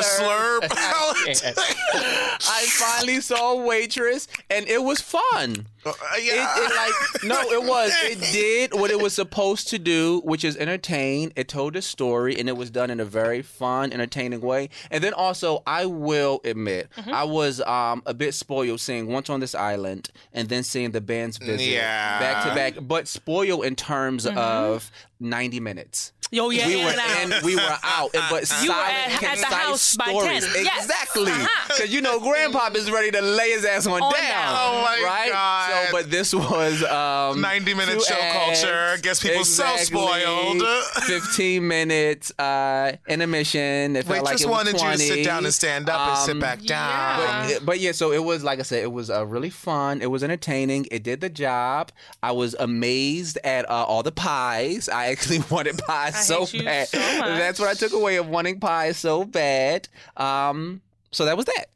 E: (laughs)
F: slurp. (laughs)
E: I finally saw Waitress, and it was fun.
F: Uh,
E: It,
F: yeah.
E: it like no, it
F: (laughs)
E: was. It did what it was supposed to do, which is entertain. It told a story, and it was done in a very fun, entertaining way. And then also, I will admit,
D: Mm-hmm.
E: I was um, a bit spoiled seeing once on this island, and then seeing the band's visit
F: Yeah.
E: back to back. But spoiled in terms of ninety minutes.
D: Yo, Mm-hmm. Oh, yeah,
E: we
D: in
E: were
D: and out.
E: in, we were out,
D: (laughs)
E: and- but
D: You were
E: solid,
D: at- at the
E: concise
D: house by
E: stories.
D: 10. Yes.
E: Exactly, because (laughs)
D: Uh-huh.
E: you know, Grandpa is ready to lay his ass on,
D: On
E: down.
D: down.
F: Oh my
E: right?
F: God.
E: So, but this was um,
F: 90 minute
E: two
F: show culture. Gets people so spoiled. (laughs)
E: 15 minutes uh, intermission. It felt
F: Wait,
E: like
F: just
E: it was
F: wanted you to
E: 20.
F: sit down and stand up and sit
E: Um,
F: back down.
D: yeah.
E: but, but yeah, so it was like I said, it was uh, really fun. It was entertaining. It did the job. I was amazed at uh, all the pies. I (laughs) actually wanted pies
D: I
E: so
D: hate you
E: bad.
D: so much.
E: That's what I took away of wanting pies so bad. Um, so that was that.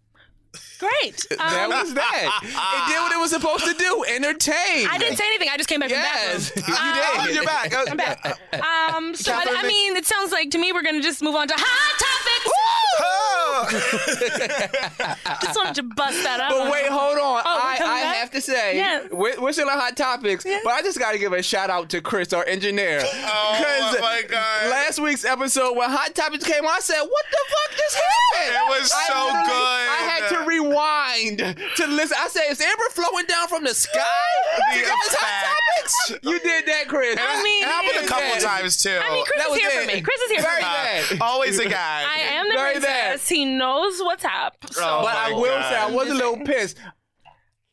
D: Great. Um,
E: (laughs) That was that. it did what it was supposed to do. Entertain.
D: I didn't say anything. I just came back
E: Yes,
D: from
E: (laughs)
D: the
E: you
D: bathroom. Um,
E: did.
F: Oh, you're back. Oh,
D: I'm back. Um, so I, I
F: Catherine?
D: mean, it sounds like to me we're gonna just move on to hot
F: Oh.
D: topics. (laughs) just wanted to bust that up.
E: But wait, hold on.
D: Oh, we're
E: I,
D: coming
E: I
D: back?
E: have to say,
D: Yes.
E: we're, we're still on hot topics, but I just got to give a shout out to Chris, our engineer.
F: Oh, my God.
E: Last week's episode, when Hot Topics came on, I said, What the fuck just happened?
F: It was
E: I
F: so
E: literally-
F: good.
E: I had to rewind to listen. I said, Is amber flowing down from the sky?
F: The
E: Did that was hot
F: effects.
E: topics. You did that, Chris.
D: I mean,
F: it happened a
D: it-
F: couple
E: that-
F: times too.
D: I mean, Chris
E: That
D: is
E: was
D: here for
E: it.
D: me. Chris is here
E: Very
D: for me.
E: bad.
F: Uh, (laughs) always a guy.
D: I am the
E: Very
D: princess. He knows what's up. So
F: Oh,
E: but I
F: my
E: will
F: God.
E: say I was a
D: (laughs)
E: little pissed.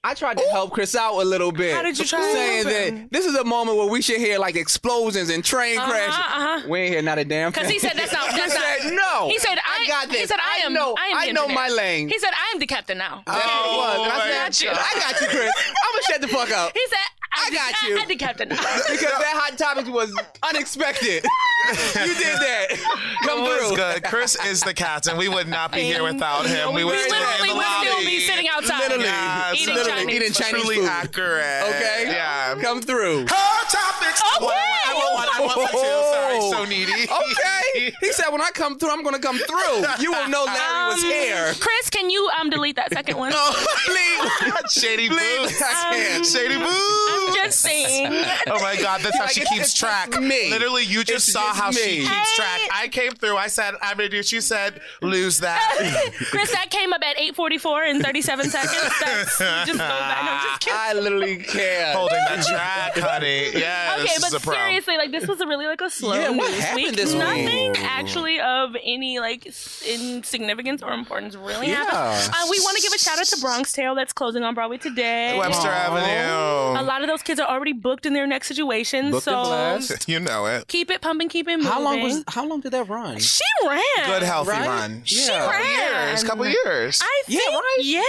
E: I tried to help Chris out a little bit.
D: How did you try to
E: Saying
D: help him?
E: that this is a moment where we should hear like explosions and train
D: Uh-huh,
E: crashes. We ain't hear not a damn thing.
D: Because he said that's not.
E: Chris
D: That's not.
E: said no.
D: He said I,
E: got this.
D: He said I am.
E: know.
D: I, am the
E: know my
D: engineer."
E: lane.
D: He said I am the captain now.
E: That's what it was. And
F: Oh
E: I
F: my
E: said,
F: God.
E: I got you, Chris. I'm gonna shut the fuck up
D: He said
E: I got
D: the-
E: you.
D: I, am the
E: (laughs)
D: captain now.
E: because that hot topic was unexpected. you did that.
F: (laughs)
E: Come
F: It was
E: through.
F: good. Chris is the captain. We would not be here without him. We
D: We
F: would still be
D: literally
F: in the
D: would still be
F: lobby.
D: sitting outside.
E: Literally,
F: Yes,
D: Eating
E: literally
D: Chinese
E: eating
D: food.
E: Chinese
F: Truly
E: food.
F: accurate.
E: Okay,
F: Yeah.
E: come through.
F: Hot topics.
D: Okay.
F: Well, I want one. I want one too. Sorry,
E: Oh.
F: so needy.
E: Okay. He said, when I come through, I'm going to come through. You will know Larry was
D: Um,
F: (laughs)
E: here.
D: Chris, can you um delete that second one?
E: (laughs) Please.
F: Shady
E: Please.
F: boo.
E: I can't.
F: Oh, Shady
D: Um,
F: boo.
D: I'm just saying.
F: (laughs) Oh my God, that's how
E: Like,
F: she
E: it's-
F: keeps
E: it's
F: track.
E: just me.
F: Literally, you just
E: It's
F: saw
E: just
F: how she
E: me.
F: keeps track. I came through. I said, I'm gonna do. She said, lose
D: (laughs)
F: that.
D: Chris, that came up at 8:44 and 37 seconds. That's just so bad. No, I'm just kidding.
E: (laughs) I literally can't.
F: (laughs) Holding that track, honey. Yeah,
D: Okay,
F: this is
D: but
F: a problem.
D: seriously, like this was a really like a slow
E: Yeah, what
D: news
E: happened
D: week.
E: this week?
D: Nothing actually of any like s- insignificance or importance really
E: Yeah.
D: happened. Uh, we want to give a shout out to Bronx Tale that's closing on Broadway today.
F: Webster Avenue.
D: A lot of those kids are already booked in their next situations,
E: Booked and
D: so
E: blessed.
F: You know it.
D: keep it pumping, keep it moving.
E: How long was? How long did that run?
D: she ran?
F: Good healthy
E: Right?
F: run.
E: She Yeah.
F: Couple
D: ran.
F: years. Couple years.
D: I
E: Yeah,
D: think,
E: right?
D: yeah.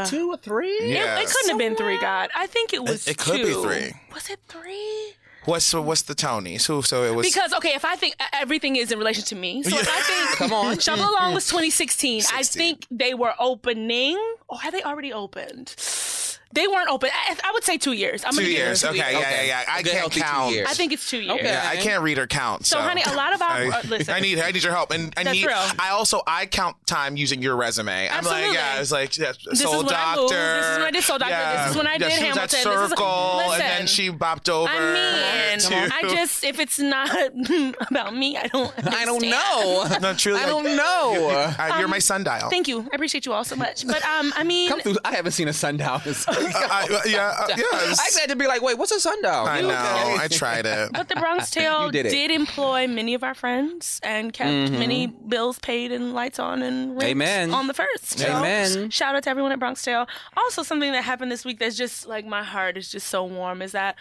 E: Like two or three?
D: It-
F: Yeah.
D: It, couldn't have been three, God. I think it was.
F: It- it could be
D: two.
F: three.
D: Was it three?
F: What's what's the Tonys? Who? So it was.
D: Because okay, if I think e, everything is in relation to me, so if I
F: (laughs)
D: think
E: Come on.
D: Shovel Along was 2016, I
F: 16.
D: think they were opening, or had they already opened? They weren't open. I, I would say two years. I'm
F: two
D: gonna give
F: years.
D: it
F: Okay,
D: two
F: yeah,
D: years.
F: yeah,
E: Okay.
F: yeah. I
E: Good,
F: can't
E: healthy two
F: count.
E: years.
D: I think it's two years.
E: Okay.
F: Yeah, I
E: Okay.
F: can't read or count. So,
D: So, honey, a lot of our-
F: I,
D: uh, listen.
F: I need I need your help, and I
D: That's
F: need
D: real.
F: I also I count time using your resume. I'm like,
D: Absolutely.
F: yeah, I was like, yeah,
D: is
F: soul
D: when I
F: doctor.
D: moved. This is when I did Soul Doctor.
F: Yeah.
D: This is when I
F: yeah,
D: did
F: she
D: Hamilton.
F: Was at
D: This is-
F: circle, and
D: Listen.
F: then she bopped over.
D: I mean,
F: to-
D: I just if it's not (laughs) about me, I don't. Understand.
E: I don't know.
F: (laughs) No, truly,
E: (laughs) I
F: like,
E: don't know.
F: I- Uh, you're my sundial.
D: Um, Thank you. I appreciate you all so much. But um, I mean,
G: Come through. I haven't seen a sundown.
F: I, I- yeah, uh,
E: (laughs)
F: yes.
E: I had to be like, wait, what's a sundown?
F: I
E: You
F: know.
E: okay?
F: I
D: (laughs)
F: tried it.
D: But the Bronx
E: (laughs)
D: Tale
E: You did
D: did,
E: it. Mm-hmm.
D: employ many of our friends and kept many bills paid and lights on and rent
E: Amen.
D: on the first. so
E: Amen.
D: Shout out to everyone at Bronx Tale. Also, something that happened this week that's just like my heart is just so warm is that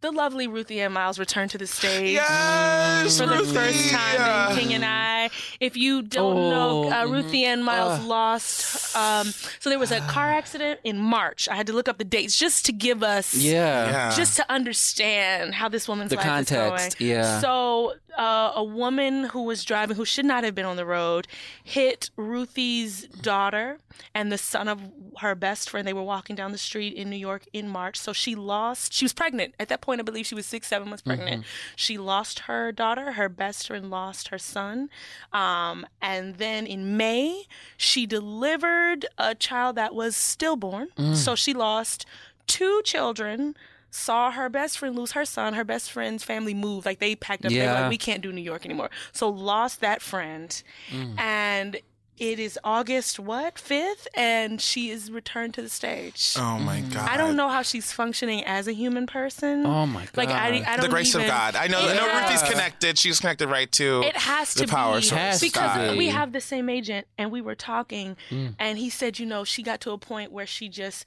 D: the lovely Ruthie Ann Miles returned to the stage.
F: Yes,
D: For the first
F: Ruthie.
D: time in King and I. If you don't
E: Oh,
D: know,
E: mm-hmm.
D: uh, Ruthie Ann Miles lost. Um, so there was a
E: (sighs)
D: car accident in March. I had to look up the dates just to give us
E: Yeah.
F: Yeah.
D: just to understand how this woman's
E: The
D: life
E: context,
D: is going.
E: yeah.
D: So uh, a woman who was driving, who should not have been on the road, hit Ruthie's daughter and the son of her best friend. They were walking down the street in New York in March. So she lost. She was pregnant at that point. I believe she was six, seven months pregnant. She lost her daughter. Her best friend lost her son. Um, and then in May, she delivered a child that was stillborn.
F: Mm.
D: So she lost two children saw her best friend lose her son her best friend's family moved like they packed up they were
E: Yeah.
D: like we can't do new york anymore so lost that friend
F: Mm.
D: and it is august what 5th and she is returned to the stage
F: Oh my god.
D: i don't know how she's functioning as a human person
E: Oh my
D: like i,
E: God.
D: I don't
F: the grace
D: even-
F: of God. I know. I know
D: Yeah.
F: Ruthie's connected. She's connected right to
D: It has to
F: the power
D: be
F: source.
E: Has to
D: because
E: be. Mm.
D: we have the same agent, and we were talking, and he said, you know, she got to a point where she just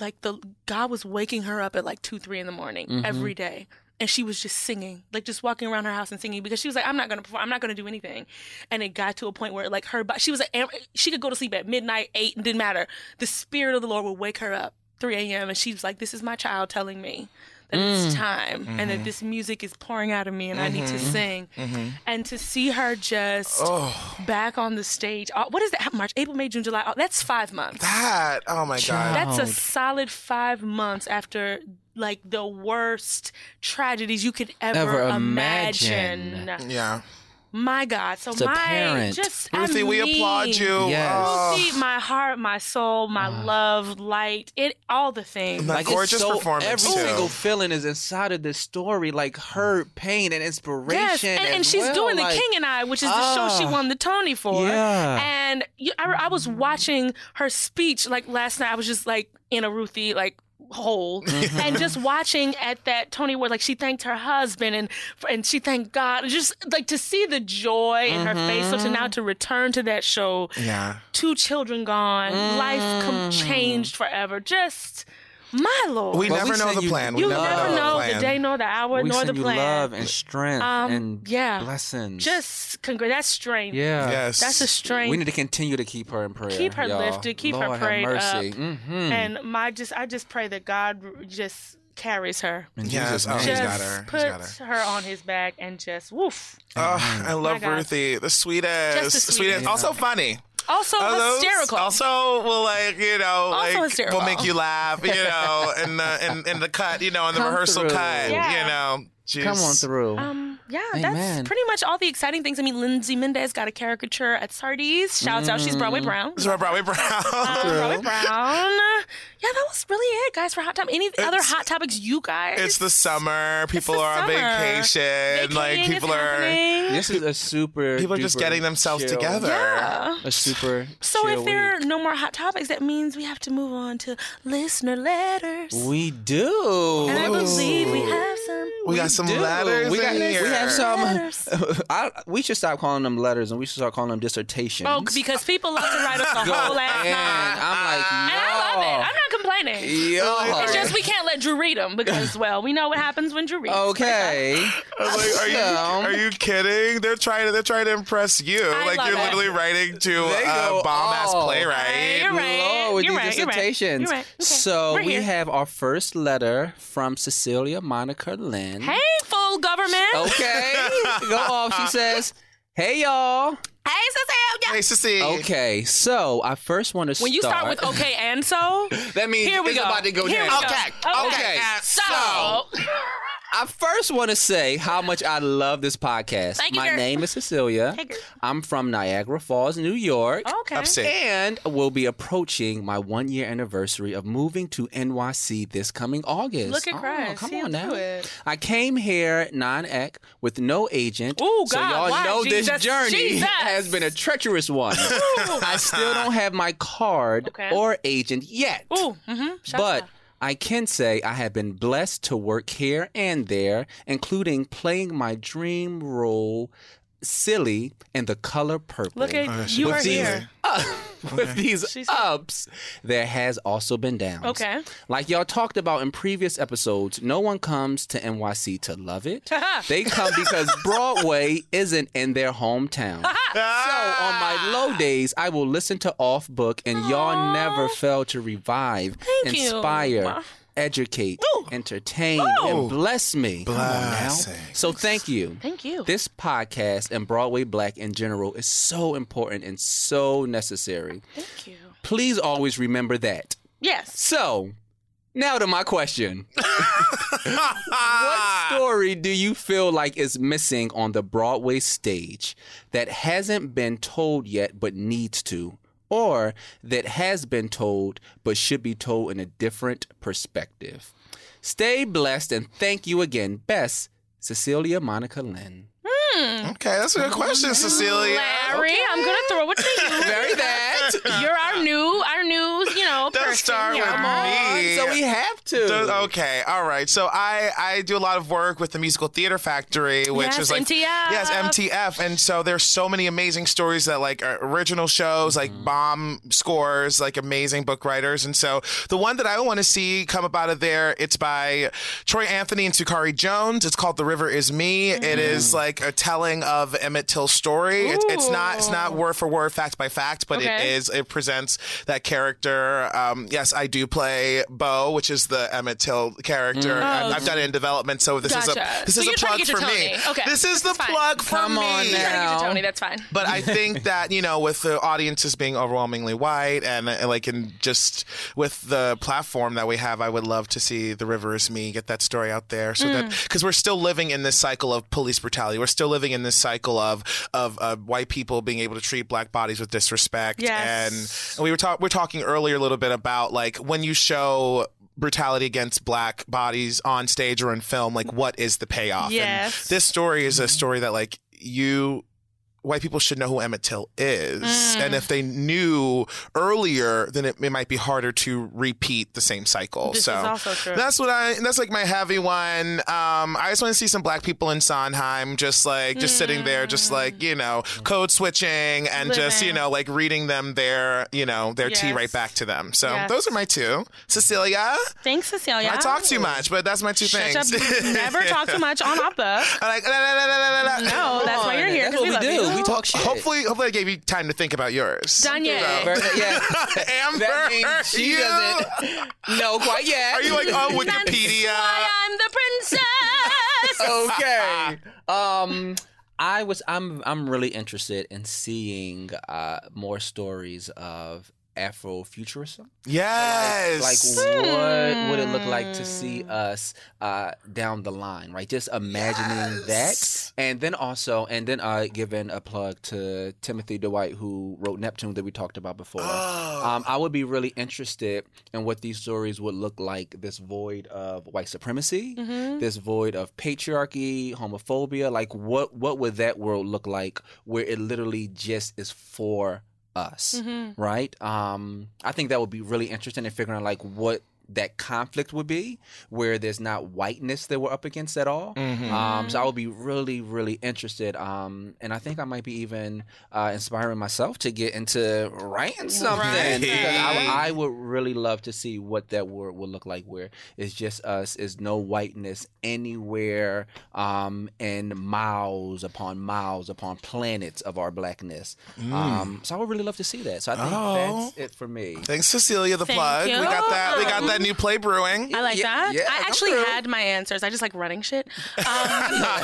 D: like the God was waking her up at like two, three in the morning
E: Mm-hmm.
D: every day. And she was just singing, like just walking around her house and singing because she was like, "I'm not gonna perform, I'm not gonna do anything," and it got to a point where like her, bo- she was like, am- she could go to sleep at midnight, eight, and didn't matter. The spirit of the Lord would wake her up 3 a.m. and she was like, "This is my child telling me that it's
E: Mm.
D: time and
F: Mm-hmm.
D: that this music is pouring out of me and I need to
E: Mm-hmm.
D: sing. And to see her just
E: Oh.
F: Oh,
D: back on the stage, uh, what is that? March, April, May, June, July. uh, That's five months.
F: That. Oh my god.
D: That's a solid five months after like the worst tragedies you could ever,
E: Ever
D: imagine.
E: imagine.
F: yeah.
D: My God. So
E: It's a
D: my
E: parent.
D: just I
F: Ruthie, we
D: mean,
F: applaud you.
E: Yes.
F: Oh.
D: Ruthie, my heart, my soul, my love, light, it all the things.
F: Like,
E: it's
F: gorgeous
E: so-
F: performance,
E: Every
F: too.
E: single feeling is inside of this story, like her pain and inspiration.
D: Yes, and, and
E: as
D: she's
E: well,
D: doing
E: like-
D: The King and I, which is the show she
E: Ah.
D: won the Tony for.
E: Yeah.
D: And you, I, I was watching her speech like last night. I was just like in a Ruthie like hole
E: Mm-hmm.
D: and just watching at that Tony Award, like she thanked her husband and and she thanked God. Just like to see the joy in her face. So
E: Mm-hmm.
D: to now to return to that show,
F: Yeah.
D: two children gone, life com- changed forever. Just my lord.
F: We
E: Well, Mm.
F: never
E: we
F: know
E: send
F: the
E: you-
F: plan.
D: you
F: we never,
D: never
F: know,
D: know
F: the plan.
D: the day, nor the hour,
E: we
D: nor
E: send
D: the
E: you
D: plan.
E: love and strength and
D: Um, yeah.
E: blessings.
D: Just congrats. That's strength.
E: yeah.
F: Yes.
D: That's a strength.
E: We need to continue to keep her in prayer.
D: Keep her
E: y'all.
D: lifted, keep her
E: Lord have
D: prayed up.
E: mercy. Mm-hmm.
D: and my just I just pray that God r- just carries her.
F: Yes. Oh, he's
D: just
F: got her. He's got her.
D: puts her on his back and just woof.
F: Oh, I love
D: God.
F: Ruthie. The sweetest.
D: Just the sweetest.
F: Also funny.
D: Also
F: Also-
D: hysterical.
F: Also, will like you know,
D: Also
F: like
D: hysterical.
F: will make you laugh. You know, in the in, in the cut, you know, in the
E: Come
F: rehearsal
E: through.
F: cut,
D: Yeah.
F: you know. She's,
E: Come on through.
D: um, yeah,
E: Amen.
D: that's pretty much all the exciting things. I mean, Lindsay Mendez got a caricature at Sardi's. Shouts out, she's Broadway
F: (laughs)
D: Brown.
F: This is my
D: (laughs)
F: Broadway Brown.
D: Um, Broadway Brown. Yeah, that was really it, guys, for Hot Topic. Any other Hot Topics you guys?
F: It's the summer. People
D: the
F: are on
D: summer.
F: vacation. like
D: Vacating is
F: people are
D: happening.
E: This is a super.
F: people are just
E: duper
F: getting themselves
E: chill-
F: together.
E: A super.
D: So
E: chill
D: if there are
E: week.
D: no more hot topics, that means we have to move on to listener letters.
E: we do.
D: and I believe we have some.
F: We, got some
E: do.
F: letters
E: We
F: in
E: got-
F: here.
E: we have
F: (laughs)
E: some-
D: Letters.
E: I, we should stop calling them letters and we should start calling them dissertations.
D: Oh, because people love to write us the whole last
E: and
D: time.
E: I'm like,
D: And I love it. I'm not complaining.
E: Yo.
D: It's just we can't let Drew read
E: (laughs)
D: them because, well, we know what happens when Drew reads.
E: Okay.
F: I was like, are you
E: Some.
F: are you kidding? They're trying to they're trying to impress you.
D: I
F: like
D: love
F: you're
D: it.
F: literally writing to
E: They
F: a
E: go
F: bomb ass
E: all-
F: playwright.
D: You're uh, right.
E: Lord, with
D: You're
E: these
D: right. You're right.
E: dissertations.
D: You're right. Okay.
E: So
D: We're
E: we
D: here.
E: have our first letter from Cecilia Monica Lynn.
D: Hey,
E: Oh,
D: full government.
E: Okay. Go off. She says, Hey y'all.
D: Hey, Cecilia.
F: (laughs) Nice to see you.
E: Okay, so I first want to
D: When you start with okay and so,
E: (laughs) That means
D: here we
E: it's
D: go.
E: about to go
D: Here we
E: down.
D: go.
F: Okay, okay, and
D: So,
E: I first want to say how much I love this podcast.
D: Thank you,
E: My
D: girl.
E: name is Cecilia.
D: Hey, girl.
E: I'm from Niagara Falls, New York.
D: okay.
F: Upstate.
E: And we'll be approaching my one year anniversary of moving to NYC this coming August.
D: Look at
E: Oh,
D: Christ.
E: come
D: He'll
E: on
D: do
E: now.
D: it.
E: I came here non ec with no agent.
D: Ooh,
E: so
D: God,
E: y'all
D: why,
E: know
D: Jesus?
E: this journey
D: Jesus.
E: has been a treacherous one. I still don't have my card
D: Ah. Okay.
E: or agent yet.
D: Ooh, mm-hmm.
E: But I can say I have been blessed to work here and there, including playing my dream role, Silly, in The Color Purple.
D: look at Oh you are
E: With these,
D: here.
E: with these
D: She's- Oh.
E: ups, there has also been downs.
D: Okay.
E: Like y'all talked about in previous episodes, no one comes to NYC to love it.
D: (laughs)
E: they come because Broadway isn't in their hometown. so on my low days, I will listen to off book and y'all never fail to revive,
D: Thank you.
E: inspire, educate, entertain,
F: Oh.
E: and bless me. Come on now.
F: Blessings.
E: So thank you.
D: Thank you.
E: This podcast and Broadway Black in general is so important and so necessary.
D: Thank you.
E: Please always remember that.
D: Yes.
E: So, now to my question. what
F: Ah.
E: story do you feel like is missing on the Broadway stage that hasn't been told yet but needs to? Or that has been told but should be told in a different perspective? Stay blessed and thank you again. Best, Cecilia Monica Lynn.
D: Mm.
F: Okay, that's a good question, Cecilia.
D: Larry, I'm gonna throw it to
E: (laughs)
D: you.
E: Very that.
D: You're our new, our new, you know,
F: (laughs) Don't
D: person
F: start
D: here.
F: with
D: Come on.
F: me.
E: So we have to.
F: Does- okay, all right. So I I do a lot of work with the Musical Theater Factory, which
D: Yes,
F: is like
D: MTF.
F: yes MTF, and so there's so many amazing stories that like are original shows, like bomb scores, like amazing book writers, and so the one that I want to see come up out of there, it's by Troy Anthony and Sukari Jones. It's called The River Is Me. It
E: Mm-hmm.
F: is like a telling of Emmett Till's story. It's, it's not it's not word for word, fact by fact, but it
D: Oh. Okay.
F: is is- it presents that character. Um, yes, I do play Bo, which is the Emmett Till character. I've, I've done it in development, so this is
D: Mm. Gotcha.
F: a this
D: So
F: is
D: you're
F: a
D: trying
F: plug
D: to get
F: for
D: your
F: me.
D: Tony. Okay.
F: This is the
D: That's fine.
F: plug for
E: Come
F: me.
E: on
D: You're trying to get
E: now.
D: to Tony. That's fine.
F: But
D: (laughs)
F: I think that you know, with the audiences being overwhelmingly white, and uh, like, and just with the platform that we have, I would love to see "The River Is Me" get that story out there, so that
D: Mm.
F: because we're still living in this cycle of police brutality, we're still living in this cycle of of uh, white people being able to treat black bodies with disrespect,
D: Yes.
F: and, and we were talking we are talking earlier a little bit about like when you show brutality against black bodies on stage or in film, like what is the payoff? And
D: Yes.
F: this story is a story that like you white people should know who Emmett Till is.
D: Mm.
F: And if they knew earlier, then it, it might be harder to repeat the same cycle.
D: This
F: so
D: is also true.
F: that's what I, that's like my heavy one. Um, I just want to see some black people in Sondheim, just like, just sitting there, just like, you know, code switching and just, you
D: Mm. Living.
F: know, like reading them their, you know, their tea
D: Yes.
F: right back to them. So
D: Yes.
F: those are my two. Cecilia,
D: Thanks, Cecilia.
F: I talk too much, but that's my two
D: Shut up.
F: things. (laughs)
D: Never talk too much on Oppa.
F: I'm like, la, la, la, la, la, la.
D: No, that's why you're here.
E: That's
D: 'cause
E: what we,
D: love
E: do.
D: You.
E: We talk shit.
F: Hopefully, hopefully, I gave you time to think about yours.
D: Danye.
E: Very- yeah.
F: (laughs) Amber,
E: That means she
F: you-
E: doesn't know quite yet.
F: Are you like on Wikipedia?
D: Why I'm the
E: (laughs)
D: princess.
E: Oh, okay? Um, I was. I'm. I'm really interested in seeing uh, more stories of Afrofuturism.
F: Yes.
E: Like, what would it look like
D: Hmm.
E: to see us uh, down the line, right? Just imagining that, and then also, and then uh, giving a plug to Timothy Dwight, who wrote Neptune that we talked about before.
F: Ah. Oh.
E: Um, I would be really interested in what these stories would look like. This void of white supremacy,
D: Mm-hmm.
E: this void of patriarchy, homophobia. Like, what what would that world look like where it literally just is for us?
D: Mm-hmm.
E: right? Um, I think that would be really interesting in figuring out like what that conflict would be, where there's not whiteness that we're up against at all. Um, so I would be
D: Mm-hmm.
E: really, really interested. Um, and I think I might be even uh, inspiring myself to get into writing something. Because I, I would really love to see what that word would look like, where it's just us, is no whiteness anywhere, um, and miles upon miles upon planets of our blackness. Um, so I would really love to see that. So I think that's it for me.
F: Oh. Thanks, Cecilia, the plug.
D: you.
F: We got that. We got that got new play brewing.
D: I like
E: Yeah,
D: that.
E: yeah,
D: I
E: come
D: actually
E: through.
D: had my answers. I just like running shit.
E: (laughs)
D: Um, well,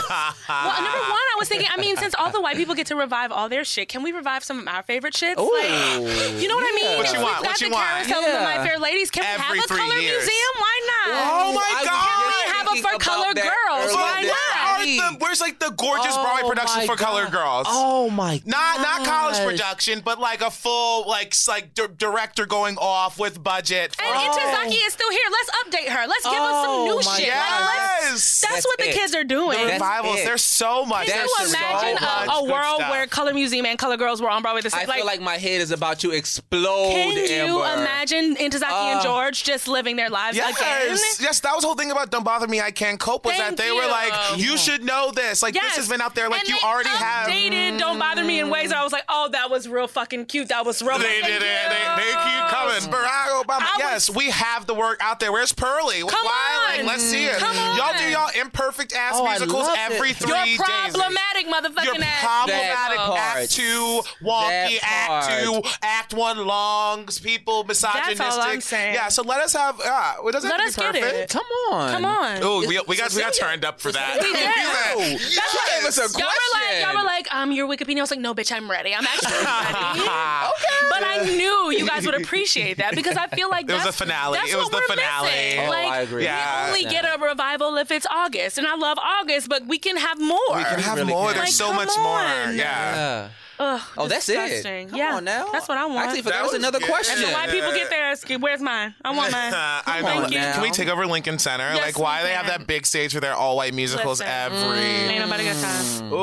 D: number
F: Ah.
D: one, I was thinking. I mean, since all the white people get to revive all their shit, can we revive some of our favorite shits?
E: Ooh.
D: Like, you know what I mean?
F: What
D: If
F: you
D: we've
F: want?
D: got
F: What you
D: the
F: want?
D: Carousel of the
E: Yeah.
D: My Fair Ladies. Can
F: Every
D: we have a
F: three
D: color
F: years.
D: museum? Why not?
F: Oh my
E: I was
F: God.
E: just
D: Can we have a
E: thinking
D: for
E: about
D: colored
E: that
D: girls?
E: earlier
D: Why
F: (laughs) Where
E: this
D: not?
F: are
E: week.
F: the- where's like the gorgeous
E: Oh
F: Broadway production
E: my
F: for Color
E: God.
F: Girls?
E: Oh my
F: Not not college
E: gosh.
F: production, but like a full like s- like di- director going off with budget. for-
D: And Itazaki is still here. Let's update her. Let's give us some
E: Oh
D: new
E: my
D: shit.
E: God.
D: Like, let's-
F: yes,
D: that's,
E: That's
D: what the
E: it.
D: kids are doing.
E: The That's
F: Oh, revivals.
E: it.
F: There's so much.
D: Can
E: That's
D: you
E: the
F: There's
D: imagine
F: so
D: a,
F: much
D: a
F: good
D: world
F: stuff.
D: where Color Museum and Color Girls were on Broadway? The same,
E: I feel like uh, my head is about to explode.
D: Can you
E: Amber.
D: imagine Intozaki and George just living their lives
F: Uh, Yes,
D: again?
F: yes, that was the whole thing about "Don't Bother Me, I Can't Cope" was
D: Thank
F: that they were
D: you.
F: like, "You should know this." Like
D: Yes.
F: this has been out there, like
D: And
F: you
D: they
F: already have. Mm.
D: updated Don't Bother Me in ways that I was like, oh, that was real fucking cute. That was real.
F: They did it. They, they keep coming. Barack Obama.
D: I
F: yes, we have the work out there. Where's Pearly?
D: Come
F: Why? Like,
D: on.
F: let's see it.
D: Come on.
F: Y'all do y'all imperfect ass
E: Oh, I
F: musicals
E: love
F: every
E: it.
F: three
D: You're
F: days.
D: problematic, motherfucking
F: You're
D: ass.
F: problematic.
E: That part.
F: Act two, wonky.
E: That
F: Act two,
E: part.
F: act one, longs. People misogynistic.
D: all I'm saying.
F: Yeah. So let us have. Yeah. It doesn't
D: Let
F: have
D: us
F: to be
D: get
F: perfect.
D: it.
E: Come on.
D: Come on.
F: Oh, we, we got we got turned up for that.
D: (laughs) We did.
F: We said,
E: That's what-
F: yes.
E: That was a
D: Y'all were like, y'all
E: Question.
D: were like, um, your Wikipedia. I was like, no, bitch, I'm ready. I'm
F: (laughs)
D: actually ready. okay. But I knew you guys would appreciate that because I feel like
F: It was
D: that's,
F: a finale.
D: That's
F: It was
D: what
F: the
D: we're
F: finale.
D: missing.
F: Oh,
D: like,
E: I agree.
D: We
F: Yeah.
D: only get a revival if it's August, and I love August, but we can have more.
F: We (laughs) can have
E: really
F: more.
E: can.
F: There's so
D: Like,
F: much
D: come
F: more.
D: on.
F: Yeah.
E: Yeah.
D: Ugh,
E: Oh, that's
D: disgusting.
E: it. Come
D: yeah,
E: on now.
D: That's what I want.
E: I actually forgot
F: That
E: it was
F: was
E: another
F: good.
E: question.
D: and the white people
F: (laughs)
D: get theirs. Where's mine? I want mine.
F: Uh, I
E: Come
F: know.
E: on now.
F: Can we take over Lincoln Center?
D: Yes,
F: like,
D: we
F: why they have
D: can.
F: that big stage for their all white musicals
D: Listen. Mm, Ain't
F: every?
D: nobody got
E: Mm.
D: time.
F: Ooh.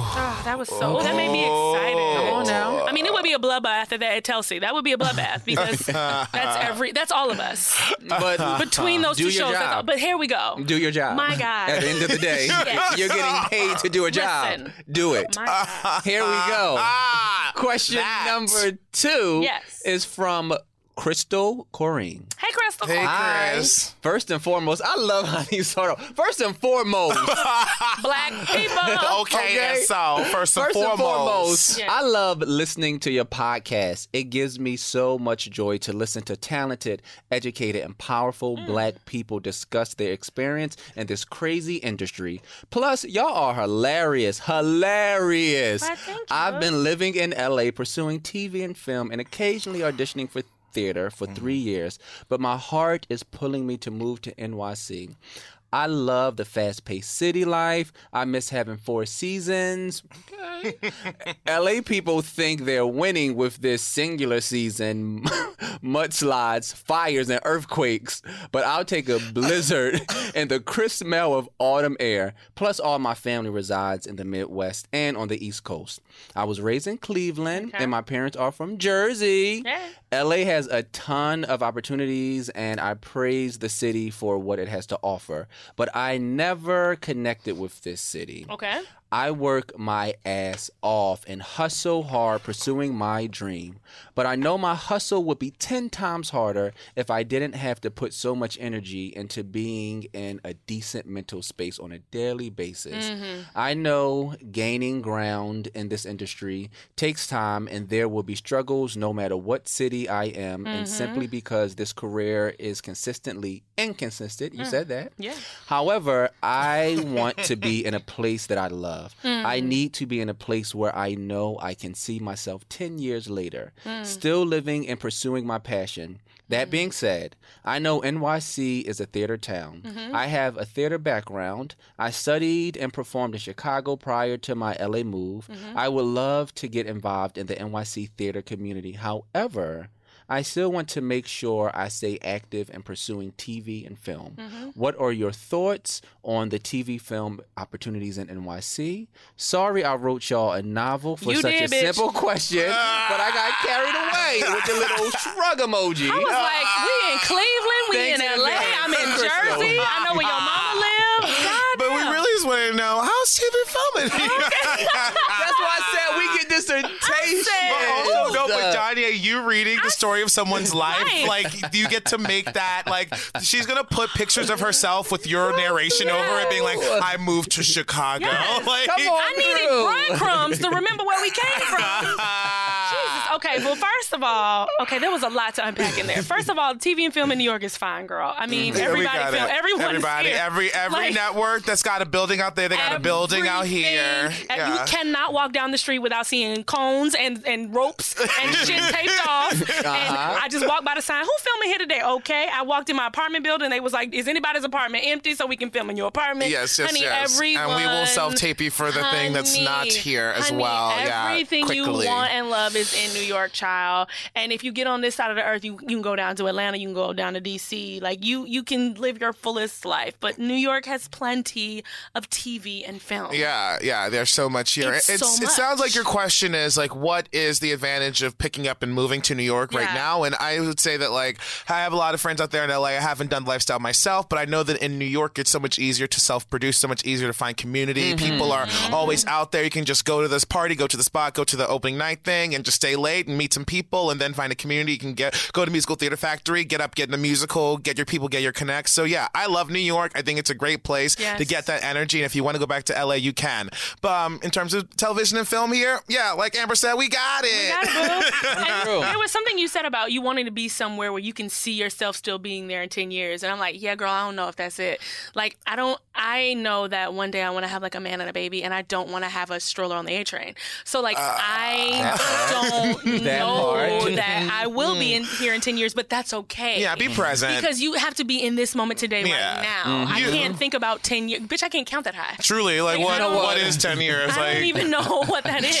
D: Oh, that was so. Oh, that made me
E: oh.
D: excited. Come on now. I mean, it would be a bloodbath at, at Telsey. That would be a
E: (laughs)
D: bloodbath because that's every. That's all of us
F: (laughs)
E: But
D: between those
E: Uh-huh. Do
D: two
E: your
D: shows. that's
E: job.
D: all- But here we go.
E: do your job.
D: My God.
E: At the end of the (laughs) day,
D: Yes.
E: you're getting paid to do a job. Uh,
D: Listen.
E: Do it.
D: My God.
E: Here we (laughs) go.
F: Ah.
E: question
F: that.
E: number two
D: Yes.
E: is from Crystal Corrine.
D: Hey, Crystal.
F: Hey,
E: Hi.
F: Chris.
E: First and foremost, I love how these sort of. First and foremost,
D: Black people.
F: (laughs) Okay,
E: (laughs) Okay.
F: and so first and
E: first
F: foremost,
E: and foremost,
D: Yeah.
E: I love listening to your podcast. It gives me so much joy to listen to talented, educated, and powerful black people discuss their experience in this crazy industry. Plus, y'all are hilarious. Hilarious.
D: Why, thank you.
E: I've been living in LA pursuing TV and film and occasionally auditioning for theater for three years, but my heart is pulling me to move to NYC. I love the fast paced city life. I miss having four seasons. LA people think they're winning with this singular season (laughs) mudslides, fires, and earthquakes, but I'll take a blizzard and the crisp smell of autumn air. Plus, all my family resides in the Midwest and on the East Coast. I was raised in Cleveland, and my parents are from Jersey. LA has a ton of opportunities, and I praise the city for what it has to offer, but I never connected with this city.
D: Okay.
E: I work my ass off and hustle hard pursuing my dream. But I know my hustle would be 10 times harder if I didn't have to put so much energy into being in a decent mental space on a daily basis.
D: Mm-hmm.
E: I know gaining ground in this industry takes time and there will be struggles no matter what city I am.
D: Mm-hmm.
E: And simply because this career is consistently inconsistent,
D: Mm.
E: you said that. Yeah. However, I want to be in a place that I love. I need to be in a place where I know I can see myself 10 years later, still living and pursuing my passion. That being said, I know NYC is a theater town. I have a theater background. I studied and performed in Chicago prior to my LA move. I would love to get involved in the NYC theater community. However, I still want to make sure I stay active in pursuing TV and film.
D: Mm-hmm.
E: What are your thoughts on the TV film opportunities in NYC? Sorry, I wrote y'all a novel for
D: You
E: such
D: did,
E: a
D: bitch.
E: simple question, but I got carried away with the
F: (laughs)
E: little shrug emoji.
D: I was like, we
E: Ah.
D: in Cleveland, we
E: Thanks
D: in
E: again.
D: LA, I'm in
E: Crystal. Ah.
D: Jersey, I know where your mama lives. God
F: But we
D: damn.
F: really just want to know how's she
D: (laughs)
F: been filming. (laughs)
E: That's why I said we get dissertation.
F: But also, no, but Danya, you reading the story
D: (laughs)
F: of someone's life,
D: Right.
F: like you get to make that. Like she's gonna put pictures of herself with your narration over it, being like, "I moved to Chicago."
D: Yes.
F: (laughs) Like,
E: Come on.
D: I needed
E: True. (laughs)
D: breadcrumbs to remember where we came from. Jesus. Okay, well, first of all, okay, there was a lot to unpack in there. First of all, TV and film in New York is fine, girl. I mean,
F: Yeah, we
D: everybody,
F: got
D: film,
F: it.
D: everyone,
F: everybody,
D: is here.
F: every every
D: Like,
F: network that's got a building out there, they got a building out here.
D: everything. And
F: Yeah.
D: You cannot walk down the street without seeing cones and, and ropes
F: (laughs)
D: and shit taped off. And I just walked by the sign. Who filming here today? Okay. I walked in my apartment building. They was like, "Is anybody's apartment empty so we can film in your apartment?"
F: Yes, yes,
D: honey,
F: yes.
D: Everyone,
F: And we will self-tape you for the thing that's not here as
D: honey,
F: well. Yeah,
D: Everything
F: quickly.
D: you want and love is in New York, child. And if you get on this side of the earth, you, you can go down to Atlanta. You can go down to D.C. Like you, you can live your fullest life. But New York has plenty of TV and film.
F: Yeah, yeah. There's so much here.
D: It's so
F: It sounds like
D: much.
F: your question is like, what is the advantage of picking up and moving to New York right
D: Yeah.
F: now? And I would say that like I have a lot of friends out there in LA. I haven't done lifestyle myself, but I know that in New York it's so much easier to self-produce, so much easier to find community. People are
D: Mm-hmm.
F: always out there. You can just go to this party, go to the spot, go to the opening night thing, and just stay late and meet some people, and then find a community. You can get go to musical theater factory, get up, get in a musical, get your people, get your connects. So yeah, I love New York. I think it's a great place to
D: Yes.
F: get that energy. And if you want to go back to LA, you can. But um, in terms of television and film here, yeah, like Amber said, we got it.
D: God,
F: (laughs)
D: boo. And
E: True.
D: there was something you said about you wanting to be somewhere where you can see yourself still being there in 10 years. And I'm like, yeah, girl, I don't know if that's it. Like, I don't, I know that one day I want to have like a man and a baby, and I don't want to have a stroller on the A train. So, like,
F: Ah.
D: I
F: (laughs)
D: don't
E: That
D: know
E: part.
D: that I will be in here in 10 years, but that's okay.
F: Mm. yeah, be present.
D: Because you have to be in this moment today
F: Yeah.
D: right now. I can't think about 10 years. Bitch, I can't count that high.
F: truly, like
D: Like,
F: what,
D: you know
F: what
D: what?
F: is ten years?
D: I
F: like
D: don't even know what
F: (laughs)
D: that is.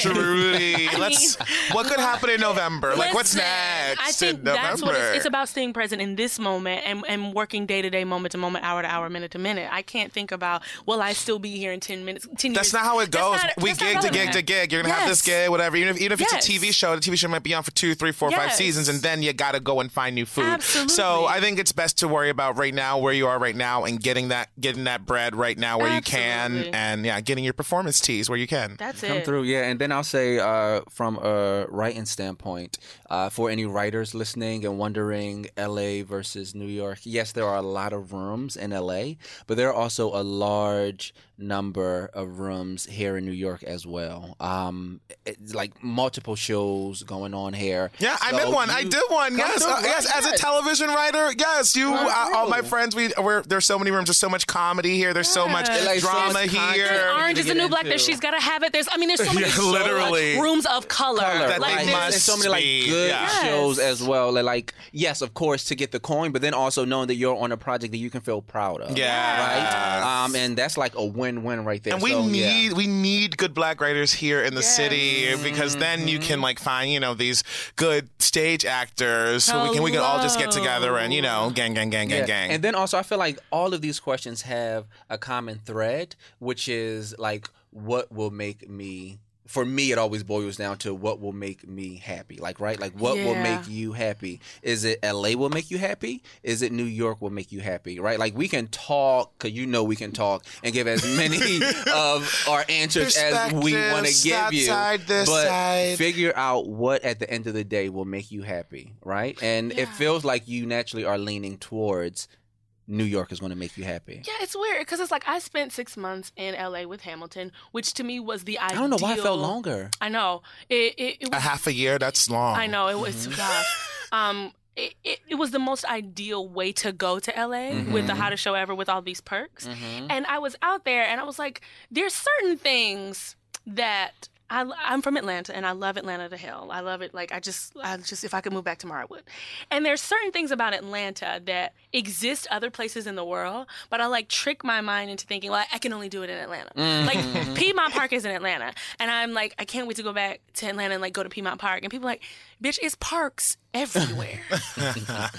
D: (laughs)
F: truly,
D: I
F: let's.
D: mean,
F: what could happen in November? like what's
D: Listen,
F: next?
D: I
F: in
D: think
F: November?
D: that's what it's, it's about staying present in this moment and, and working day to day, moment to moment, hour to hour, minute to minute. I can't think about will I still be here in ten minutes? Ten
F: That's
D: years?
F: not how it
D: That's
F: goes.
D: not-
F: we
D: that's not
F: gig to gig
D: relevant.
F: to gig. You're gonna have this
D: Yes.
F: gig, whatever. Even if even if it's
D: Yes.
F: a TV show, the TV show might be on for two, three, four, five
D: Yes.
F: seasons, and then you gotta go and find new food. So
D: Absolutely.
F: I think it's best to worry about right now where you are right now and getting that getting that bread right now where you can,
D: Absolutely.
F: and yeah, getting your performance tees where you can.
D: That's
E: Come
D: it.
E: through, yeah. And then I'll say, uh, from a writing standpoint, uh, for any writers listening and wondering, LA versus New York, yes, there are a lot of rooms in LA, but there are also a large number of rooms here in New York as well. Um, it's like multiple shows going on here.
F: Yeah, I'm
E: So
F: in one.
E: you-
F: I did one.
E: Come
F: Yes,
E: through,
F: uh,
E: right?
F: yes. As a
E: Yes.
F: television writer, yes. You,
E: Come
F: uh, all my
E: through.
F: friends. We we're, there's so many rooms. There's so much comedy here. There's so much
E: Like, so
F: drama
E: much content.
F: here.
E: There
D: Orange is the
E: Get
D: new black.
E: into.
D: There, she's gotta have it. There's, I
E: (laughs)
D: mean, there's so many
F: Yeah,
D: so much
F: literally.
D: rooms of color.
F: That
D: like,
F: they
D: there's-
F: must
E: there's so many like
F: be,
E: good
F: yeah.
E: shows
D: Yes.
E: as well. Like, like, yes, of course, to get the coin, but then also knowing that you're on a project that you can feel proud of.
F: Yes.
E: Right. Um, and that's like a win-win right there.
F: And we
E: So, yeah.
F: need we need good black writers here in the city because then you
E: Mm-hmm.
F: can like find you know these good stage actors who we can we can all just get together and you know gang gang gang gang
E: Yeah.
F: gang.
E: And then also, I feel like all of these questions have a common thread, which is like, what will make me? For me, it always boils down to what will make me happy. Like, right? Like, what will
D: Yeah.
E: make you happy? Is it LA will make you happy? Is it New York will make you happy? Right? Like, we can talk because you know we can talk and give as
F: (laughs)
E: many of our answers as we want
F: Perspectives,
E: to give
F: that
E: you.
F: side, this
E: but
F: side.
E: figure out what at the end of the day will make you happy, right? And it feels like you naturally are leaning towards New York is going to make you happy.
D: Yeah, it's weird because it's like I spent six months in LA with Hamilton, which to me was the
E: I
D: ideal.
E: don't know why I felt longer.
D: I know it. It, it
F: a
D: was
F: half a year that's long.
D: I know it was God. Um, it, it, it was the most ideal way to go to LA with the hottest show ever with all these perks. And I was out there and I was like, there's certain things that I, I'm from Atlanta and I love Atlanta to hell. I love it. Like I just, I just, if I could move back tomorrow, I would. And there's certain things about Atlanta that exist other places in the world, but I like trick my mind into thinking, well, I can only do it in Atlanta. Like Piedmont Park is in Atlanta, and I'm like, I can't wait to go back to Atlanta and like go to Piedmont Park. And people are like, bitch, it's parks everywhere,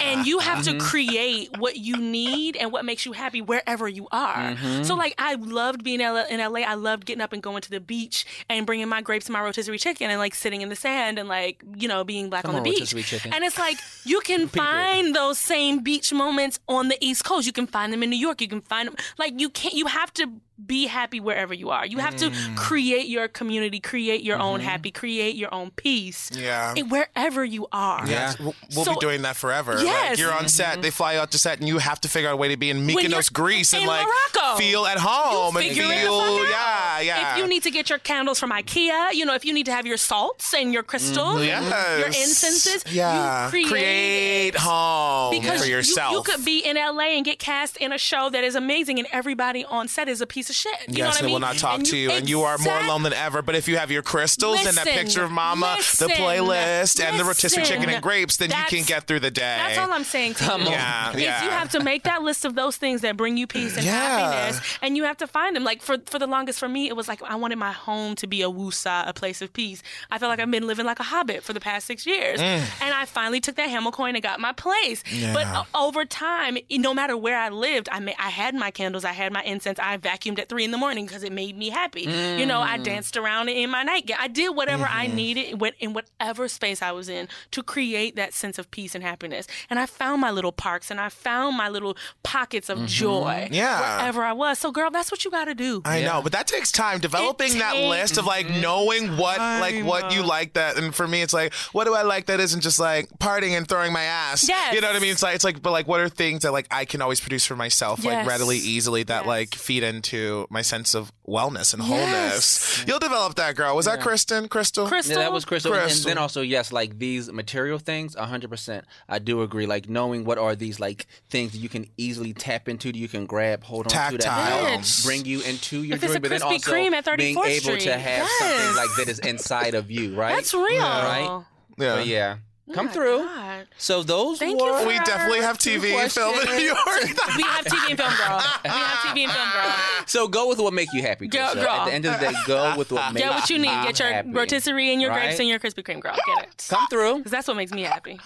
D: and you have
E: Mm-hmm.
D: to create what you need and what makes you happy wherever you are.
E: Mm-hmm.
D: So like, I loved being in LA, in LA. I loved getting up and going to the beach and bringing my grapes and my rotisserie chicken and like sitting in the sand and like you know being black
E: Come
D: on the
E: on,
D: beach.
E: rotisserie chicken.
D: And it's like
E: (laughs)
D: you can find those same beach moments on the East Coast. You can find them in New York. You can find them like you can't. You have to be happy wherever you are. You have
E: Mm.
D: to create your community, create your own
E: Mm-hmm.
D: happy, create your own peace
F: Yeah.
D: in- wherever you are.
F: Yeah, we'll, we'll
D: So-
F: be doing that forever.
D: Yes.
F: Like, you're on
E: Mm-hmm.
F: set, they fly you out to set, and you have to figure out a way to be in
D: When you're
F: Mykonos, Greece, and
D: in
F: like
D: Morocco.
F: feel at home and
D: figure
F: feel,
D: it the fuck
F: yeah,
D: out.
F: yeah.
D: If you need to get your candles from IKEA, you know, if you need to have your salts and your crystals,
F: Mm-hmm. yes.
D: your incenses,
F: yeah,
D: you create, it.
F: home
D: because
F: for
D: you-
F: yourself.
D: You, could be in LA and get cast in a show that is amazing, and everybody on set is a piece of shit. You know
F: yes,
D: what I
F: they
D: mean?
F: will not talk to you, and you are more
D: Exact-
F: alone than ever. But if you have your crystals and that
D: Listen,
F: picture of Mama,
D: listen,
F: the playlist, and the rotisserie chicken
D: listen.
F: and grapes, then you can
D: That's-
F: get through the day.
D: That's all I'm saying to you.
F: Yeah,
D: is
F: yeah.
D: you have to make that list of those things that bring you peace and
F: Yeah.
D: happiness, (laughs) and you have to find them. Like for for the longest for me, it was like I wanted my home to be a wusa, a place of peace. I felt like I've been living like a hobbit for the past six years, and I finally took that hamel coin and got my place. But uh, over time, i- no matter where I lived, I ma- I had my candles, I had my incense, I vacuumed at three in the morning because it made me happy. You know, I danced around in my nightgown. I did whatever I needed wh- in whatever space I was in to create that sense of peace and happiness. And I found my little parks and I found my little pockets of joy
F: Yeah.
D: wherever I was. So, girl, that's what you got to do.
F: I know, but that takes time. Developing that
D: takes
F: list of like knowing what like what you like that, and for me, it's like, what do I like that isn't just like partying and throwing my ass.
D: Yes.
F: you know what I mean. It's like it's like, but like, what are things that like I can always produce for myself,
D: Yes.
F: like readily, easily, that
D: Yes.
F: like feed into my sense of wellness and wholeness. You'll develop that, girl. Was that Kristen? Crystal?
D: Crystal,
E: Yeah, that was Crystal. And-
F: Crystal.
E: And then also, yes, like these material things, 100%. I do agree. Like knowing what are these like things that you can easily tap into, that you can grab, hold on to that
F: Tactile.
E: help bring you into your
D: If it's
E: joy,
D: a
E: but then
D: Krispy
E: also
D: Kreme at
E: being
D: 34th
E: able
D: Street.
E: to have
D: Yes.
E: something like that is inside of you, right?
D: that's real.
E: Right?
F: Oh, Yeah.
E: But Oh, yeah. Come
D: my
E: through.
D: God.
E: So those
D: Thank you
E: were
D: for
F: We definitely have
E: Two
F: TV and film in New York. (laughs)
D: We have TV and film, girl. We have TV and film, girl.
E: So go with what make you happy.
D: Girl,
E: Krisha. At
D: girl.
E: the end of the day,
D: (laughs)
E: go with what makes
D: Get what you need. Get your
E: happy,
D: rotisserie and your grapes
E: right?
D: and your Krispy Kreme, girl. Get it.
E: Come through.
D: Because that's what makes me happy.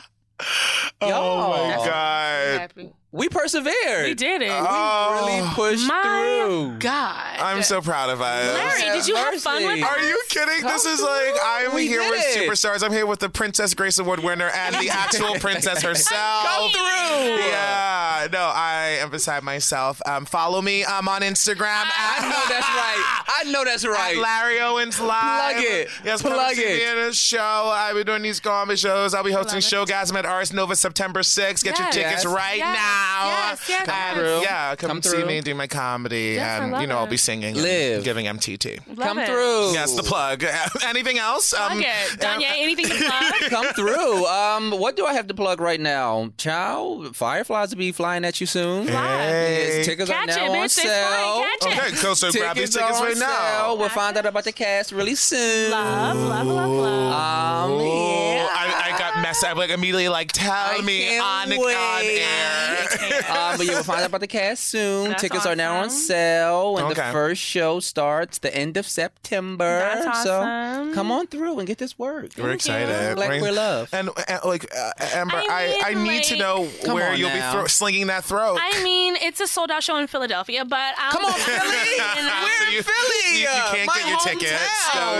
F: oh my
E: Y'all.
F: god.
D: happy.
E: We persevered.
D: We did it.
E: Really
F: Oh,
E: pushed
D: My
E: through.
D: God.
F: I'm so proud of us.
D: Larry, did you have fun with
E: Mercy.
D: that?
F: Are you kidding? This is like I'm
E: We
F: here
E: did
F: with
E: it.
F: superstars. I'm here with the Princess Grace Award winner and
E: (laughs)
F: the actual princess herself.
E: Come through.
F: Yeah, no, I am beside myself. Um, follow me. I'm on Instagram.
E: I know that's
F: (laughs)
E: right. I know that's
F: At
E: right.
F: Larry Owens live.
E: Plug it.
F: Yes,
E: Plug
F: come see
E: it.
F: me in a show. I'll be doing these comedy shows. I'll be hosting Showgasm at Ars Nova September 6th.
D: Yes.
F: Get your tickets
E: Yes.
F: right
D: Yes.
F: now.
D: Yes, yes, Come yes.
E: through.
F: Yeah, come,
E: Come
F: see
E: through.
F: me and do my comedy.
D: Yes, I
F: and,
D: love
F: you know, I'll
D: it.
F: be singing
E: Live.
F: and giving MTT.
D: Love
E: Come
D: it.
E: through.
F: Yes, the plug. (laughs) Anything else? Um, uh,
D: Plug it. Danye,
F: (laughs)
D: anything to plug?
E: Come through. Um, what do I have to plug right now? Child, Fireflies will be flying at you soon.
F: Hey.
E: Yes, tickets
D: Catch
E: are now
D: it,
E: on
D: bitch. They
E: sale.
D: flying. Catch it.
F: Okay, go so grab these
E: are
F: tickets
E: on
F: right now.
E: sale. We'll find out about the cast really soon.
D: Love, love, love, love.
E: Um, yeah.
F: I, I got messed up. Like immediately, like tell
E: I
F: me
E: can't
F: on
E: wait.
F: on air. (laughs)
E: um, but you will find out about the cast soon.
D: That's
E: Um, Tickets are now on
D: awesome.
E: sale, and
F: Okay.
E: the first show starts the end of
D: (laughs)
E: September.
D: That's awesome.
E: So come on through and get this work.
F: We're excited.
E: Like we're loved.
F: And, and, like uh, Amber, I,
D: I
F: I,
D: mean,
F: need to
D: like-
F: know
E: Come
F: where
E: on
F: you'll
E: now.
F: be thro- slinging that throat.
D: I mean, it's a sold out show in Philadelphia, but I'm, (laughs)
F: (laughs)
D: um,
E: Come on, Philly.
D: And I'm
E: We're in
F: you-
E: Philly.
F: you- you can't
E: My
F: get your tickets,
E: hometown.
F: so-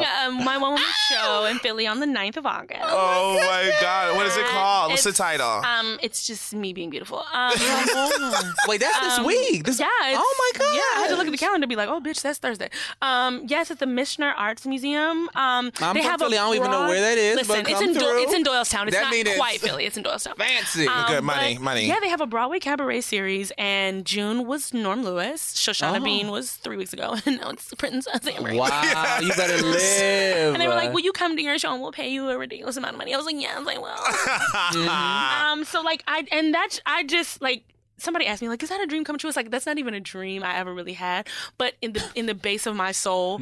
D: doing um, my one woman show in Philly on the 9th of August.
F: Ah! oh my god, what is it called? What's the
D: It's-
F: title?
D: Um, it's just me being beautiful. Um,
E: Wait, that's (laughs) this
D: um,
E: week. This,
D: yeah. it's-
E: Oh my god.
D: Yeah, I had to look at the calendar and be like, oh, bitch, that's Thursday. Um, yes, at the Missioner Arts Museum. Um,
E: I'm
D: they
E: from
D: have
E: Philly.
D: I
E: I don't even know where that is,
D: Listen,
E: but
D: it's
E: come
D: in
E: through.
D: it's in Doylestown. It's
E: That mean
D: not
E: it's
D: quite Philly. It's in Doylestown.
E: Fancy.
D: Um,
F: Good money,
D: but,
F: money.
D: Yeah,
F: (laughs)
D: they have a Broadway cabaret series, and June was Norm Lewis. Shoshana Bean was three weeks ago, (laughs) and now it's the Prince of the Emerald.
E: Wow, you better live.
D: And they were like, "Will you come to your show and we'll pay you a ridiculous amount of money?" I was like, "Yeah, I was like,
F: (laughs)
D: well." um, so like I and that's I just like somebody asked me like, "Is that a dream come true?" It's like that's not even a dream I ever really had, but in the in the base of my soul,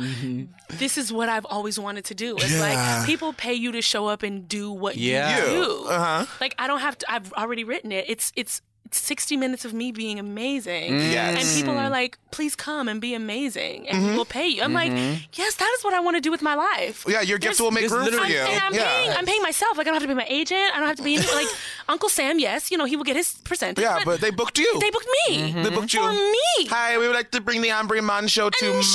D: this is what I've always wanted to do. It's like people pay you to show up and do what
E: Yeah.
D: you
E: You.
D: do. Uh-huh. Like I don't have to. I've already written it. It's it's. 60 minutes of me being amazing.
F: Mm, Yes. Mm-hmm.
D: And people are like, please come and be amazing and we'll pay you. I'm like, yes, that is what I want to do with my life.
F: yeah, your gift
D: There's-
F: will make
E: there's
F: room for
E: literally-
F: you.
D: And I'm
F: yeah.
D: paying. I'm paying myself. Like I don't have to pay my agent. I don't have to be any, like (laughs) Uncle Sam. Yes, you know he will get his percentage.
F: yeah, but they booked you.
D: they booked me.
F: They booked you.
D: For me.
F: Hi, we would like to bring the Ombre Man show to
D: And she's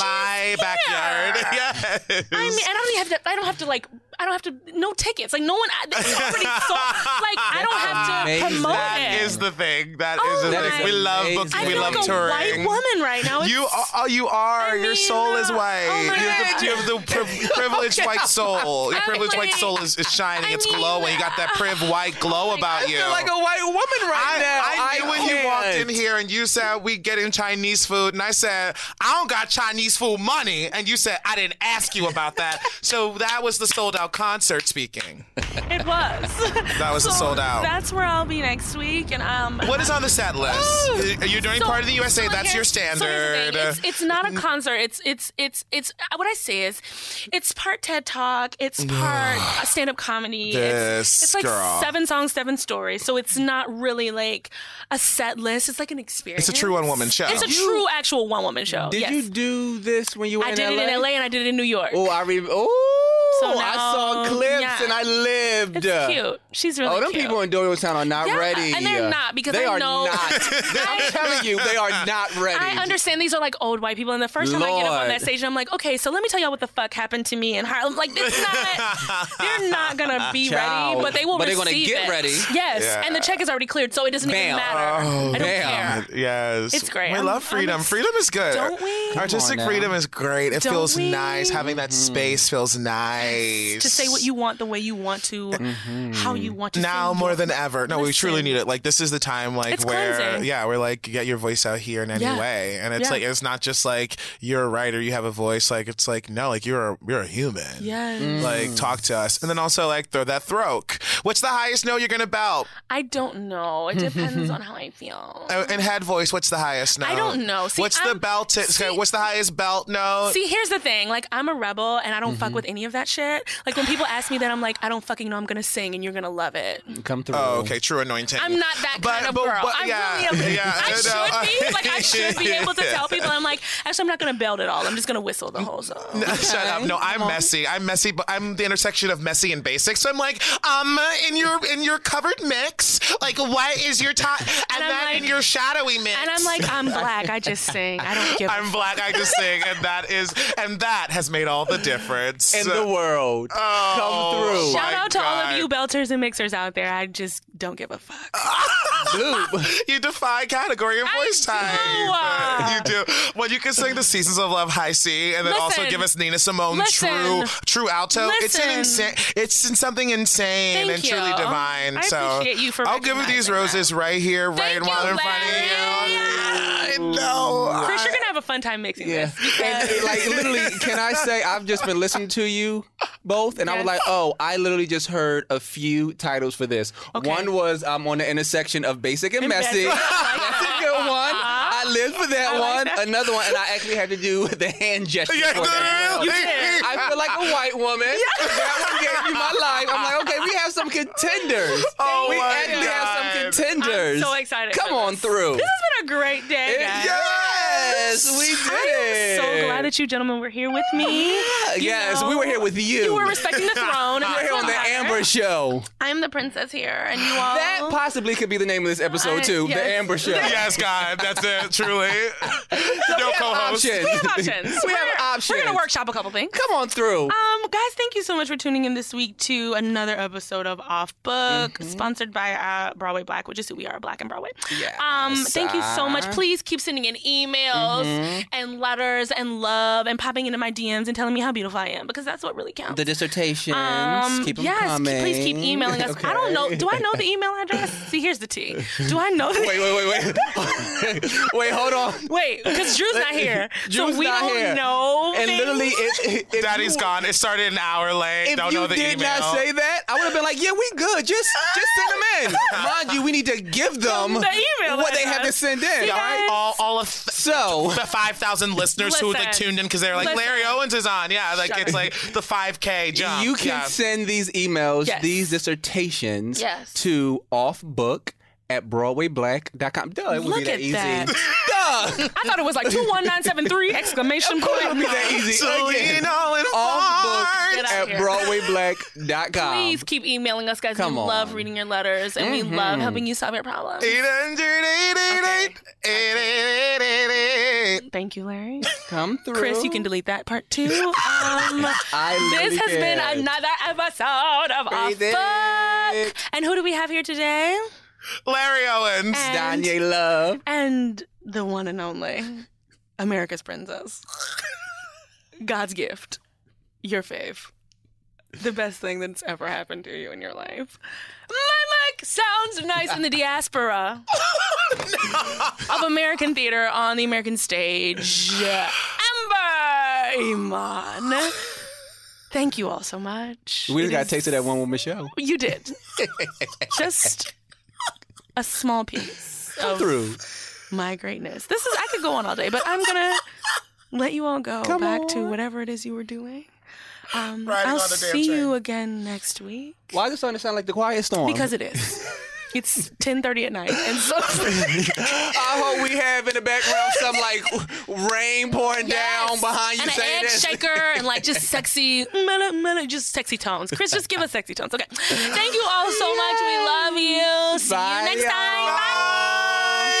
D: here.
F: my backyard. (laughs) Yes.
D: I mean, I don't even have to. I don't have to like I don't have to no tickets. Like no one it's already sold. Like I don't have to
E: Amazing.
D: promote
E: That
D: it.
F: (laughs) That is the thing. That
D: Oh
F: is the
D: my-
F: thing. We love books.
E: I
D: I
F: we
D: feel
F: love
D: like a
F: touring.
D: white woman right now. It's-
F: You are. oh, You are.
D: I
F: Your
D: mean,
F: soul is
D: uh,
F: white.
D: oh my
F: you, have the, you
D: God.
F: have the
D: (laughs)
F: priv- privileged white soul. Your
D: I
F: privileged white
D: mean-
F: soul is, is shining.
D: I
F: it's
D: mean, Oh
F: glowing. You got that priv
D: (laughs)
F: white glow about
E: I
F: you.
E: feel like a white woman right now.
F: I, I knew when you walked in
E: can't.
F: here and you said we getting Chinese food, and I said I don't got Chinese food money, and you said I didn't ask you
D: (laughs)
F: about that. so that was the sold out concert speaking.
D: It was.
F: That was a
D: So
F: sold out.
D: That's where I'll be next week, and um.
F: What is on the set list? Are you doing
D: so-
F: part of the USA?
D: so
F: That's your
D: here's- so here's the thing.
F: standard. Mm-hmm.
D: it's, it's not a concert. It's it's it's it's what I say is, it's part TED Talk. It's
F: (sighs)
D: part stand up comedy.
F: This
D: it's, it's like
F: girl.
D: seven songs, seven stories. So it's not really like a set list. It's like an experience.
F: It's a true one woman show.
D: It's a true actual one woman show.
E: Did
D: yes.
E: you do this when you were
D: I
E: in
D: did
E: LA?
D: it in LA and I did it in New York.
E: Oh, I re- oh,
D: So
E: I
D: now-
E: saw clips
D: yeah.
E: and I lived.
D: it's cute. She's really
E: Oh, them
D: cute.
E: people in Doylestown are not
D: Yeah,
E: ready.
D: and they're not, because
E: they
D: I
E: are
D: know- (laughs)
E: not. I'm telling you, they are not ready.
D: I understand these are like old white people, and the first time I get up on
E: Lord.
D: that stage, I'm like, okay, so let me tell y'all what the fuck happened to me in Harlem. Like, it's
E: (laughs)
F: (laughs)
D: not, (laughs) they're not gonna be
E: Child.
D: ready, but they will
E: But they're gonna
D: receive
E: get
D: it.
E: ready.
D: Yes,
F: Yeah.
D: and the check is already cleared, so it doesn't
E: Bam.
D: even matter.
E: Oh,
D: I don't
E: bam.
D: care.
F: Yes.
D: It's great.
F: We
D: I'm-
F: love
D: I'm
F: freedom.
D: ex-
F: freedom is
E: Uh,
F: good.
D: Don't we? Come
F: Artistic
E: on now. Mm-hmm.
F: freedom is great. It
D: Don't
F: feels
D: we?
F: nice. Having that space feels nice.
D: To say what you want, the way you want to,
E: Mm-hmm.
D: how you want to.
F: now
D: feel.
F: more than ever. No, we truly
D: Listen.
F: need it. Like this is the time like
D: It's
F: where
D: cleansing.
F: yeah, we're like get your voice out here in any
D: Yeah.
F: way. And it's
D: Yeah.
F: like it's not just like you're a writer, you have a voice. Like it's like no, like you're a, you're a human.
D: Yes.
E: Mm.
F: Like talk to us. And then also like throw that throat. What's the highest note you're going to belt?
D: I don't know.
E: (laughs)
D: It depends on how I feel.
F: Uh, And head voice, what's the highest note?
D: I don't know. See,
F: what's the
D: I'm-
F: belt?
D: see-
F: what's the highest belt note?
D: See, here's the thing. Like, I'm a rebel, and I don't
E: Mm-hmm.
D: fuck with any of that shit. Like, when people ask me that, I'm like, I don't fucking know. I'm gonna sing, and you're gonna love it.
E: Come through.
F: Oh, okay, true anointing.
D: I'm not that kind of girl. I'm really a, I should be like I should be
E: (laughs)
F: (laughs)
D: able to tell people. I'm like, actually, I'm not gonna belt it all. I'm just gonna whistle the
E: (laughs)
D: whole song.
F: Shut up. No, I'm messy. I'm messy, but I'm the intersection of messy and basic. So I'm like, um, in your in your covered mix, like what is
D: (laughs)
F: your top and,
D: I'm
F: then in
D: like-
F: your shadowy mix.
D: And I'm like, I'm black. I just sing. I don't give.
F: I'm black, I just sing, and that is and that has made all the difference.
E: In the world,
F: Oh.
D: Shout
F: my
D: out to all
F: God.
D: of you belters and mixers out there. I just don't give a fuck.
E: come through. Bloop.
F: (laughs) you defy category and
D: I
F: voice
D: do.
F: time. You do. Well, you can sing the Seasons of Love High C, and then also
D: Listen.
F: give us Nina Simone
D: Listen.
F: true true alto. It's an
D: Listen.
F: insane. It's in something insane
D: Thank
F: and truly
D: you.
F: divine.
D: I
F: so
D: appreciate you for
F: I'll give you these
D: recognizing
F: roses right here, right
D: Thank you,
F: while in front of
D: Larry.
F: you. I know.
D: Chris,
F: I-
D: you're gonna have a fun time mixing
E: Yeah.
D: this.
E: Oh, And it,
D: (laughs)
E: like literally, can I say I've just been listening to you both, and I was
D: Yes.
E: like, oh, I literally just heard a few titles for this. One was I'm on the intersection of basic and messy.
D: (laughs) messy.
E: (laughs) That's a good one. I lived for that
D: uh-huh. I like
E: one.
D: that.
E: Another one, and I actually had to do (laughs) the hand
F: (laughs)
E: gesture.
F: Yeah,
E: for that as well.
F: you
D: did.
E: I feel like a white woman. That one gave you my life. I'm like, okay, we have some contenders.
F: (laughs) Oh
E: we
F: my
E: actually
F: God.
E: have some contenders.
D: I'm so excited.
E: Come
D: for
E: on
D: this.
E: through.
D: This has been a great day,
E: It-
D: guys.
E: yes, we did
D: I am
E: it.
D: so glad that you gentlemen were here with me. You
E: yes, we were here with you.
D: You were respecting the
E: (laughs)
D: throne.
E: We're here on the Amber Show.
D: I'm the princess here, and you all.
E: That possibly could be the name of this
D: (laughs)
E: episode
D: I-
E: too.
D: yes.
E: The Amber Show.
F: Yes, God, that's
E: (laughs)
F: it. Truly, no
E: we have
F: co-host.
E: options.
D: we have options.
E: (laughs) We have
D: We're-
E: options.
D: We're gonna workshop a couple things.
E: Come on through.
D: Um, guys, thank you so much for tuning in this week to another episode of Off Book,
E: Mm-hmm.
D: sponsored by uh, Broadway Black, which is who we are, Black and Broadway.
E: Yes.
D: Um, thank you so much. Please keep sending in emails
E: Mm-hmm.
D: and letters and love and popping into my DMs and telling me how beautiful I am because that's what really counts.
E: The
D: um,
E: dissertations. keep 'em
D: yes, ke-
E: coming.
D: please keep emailing us. I don't know. Do I know the email
E: (laughs)
D: address? See, here's the tea. Do I know the
E: Wait, wait, wait, (laughs) wait. wait, hold
D: (laughs)
E: on.
D: Wait, because Drew's not here,
E: Drew's
D: so we
E: not
D: don't
E: here.
D: know.
E: And
D: things.
E: literally, if, if
F: Daddy's
E: um, you,
F: gone. It started an hour late.
E: If
F: Don't
E: you
F: know the
E: did
F: email.
E: not say that, I would have been like, "Yeah, we good. Just, just send them
F: (laughs)
E: in." Mind you, we need to give them
D: The email
E: what they have to
D: address.
E: send in.
D: See,
E: all right?
D: guys?
F: all all of th-
E: So
F: the 5,000 listeners who like
D: Listen.
F: tuned in because they were like,
D: Listen.
F: Larry Owens is on. Yeah, like
D: Shut
F: it's
D: up.
F: like the 5K jump.
E: you can
F: yeah.
E: send these emails,
D: Yes.
E: these dissertations
D: Yes.
E: to offbook at BroadwayBlack.com. Duh, it would
D: Look
E: be that
D: at
E: easy.
D: that.
E: Duh.
D: I thought it was like 21973 exclamation
E: It would be
D: point.
E: (laughs) that easy.
F: Celine
E: Again,
F: all in
E: all
F: farts.
E: booked
D: Get out
E: at
D: of here.
E: BroadwayBlack.com.
D: Please keep emailing us, guys.
E: Come
D: we love
E: on. Mm-hmm.
D: reading your letters and we love helping you solve your problems.
F: 888 888
D: Thank you, Larry.
E: Come through.
D: Chris, you can delete that part
E: (laughs)
D: too. Um,
E: I
D: this
E: literally
D: has been
E: can.
D: another episode of Off
E: Breathe it.
D: Book. And who do we have here today?
F: Larry Owens.
D: And,
E: Danye Love.
D: and the one and only America's Princess. God's gift. Your fave. The best thing that's ever happened to you in your life. My mic sounds nice in the diaspora of American theater on the American stage. Amber Iman. Thank you all so much.
E: We
D: It
E: just got
D: is-
E: tasted that one woman show.
D: You did. Just a small piece of
E: Through.
D: my greatness. This is I could go on all day, but I'm gonna let you all go back to whatever it is you were doing. Um,
F: Riding
D: I'll
F: on the damn
D: see
F: train.
D: you again next week
E: Why is it starting to sound like the quiet storm?
D: because it is. It's 10:30 at night,
E: (laughs)
D: and so
E: I hope Uh-huh, we have in the background some like (laughs) rain pouring down behind you
D: and
E: saying
D: an edge
E: this.
D: shaker and like just sexy, mellow, mellow, just sexy tones. Chris, just give us sexy tones. Okay, thank you all so much. We love you. See
E: Bye,
D: you next
E: y'all.
D: time. Bye.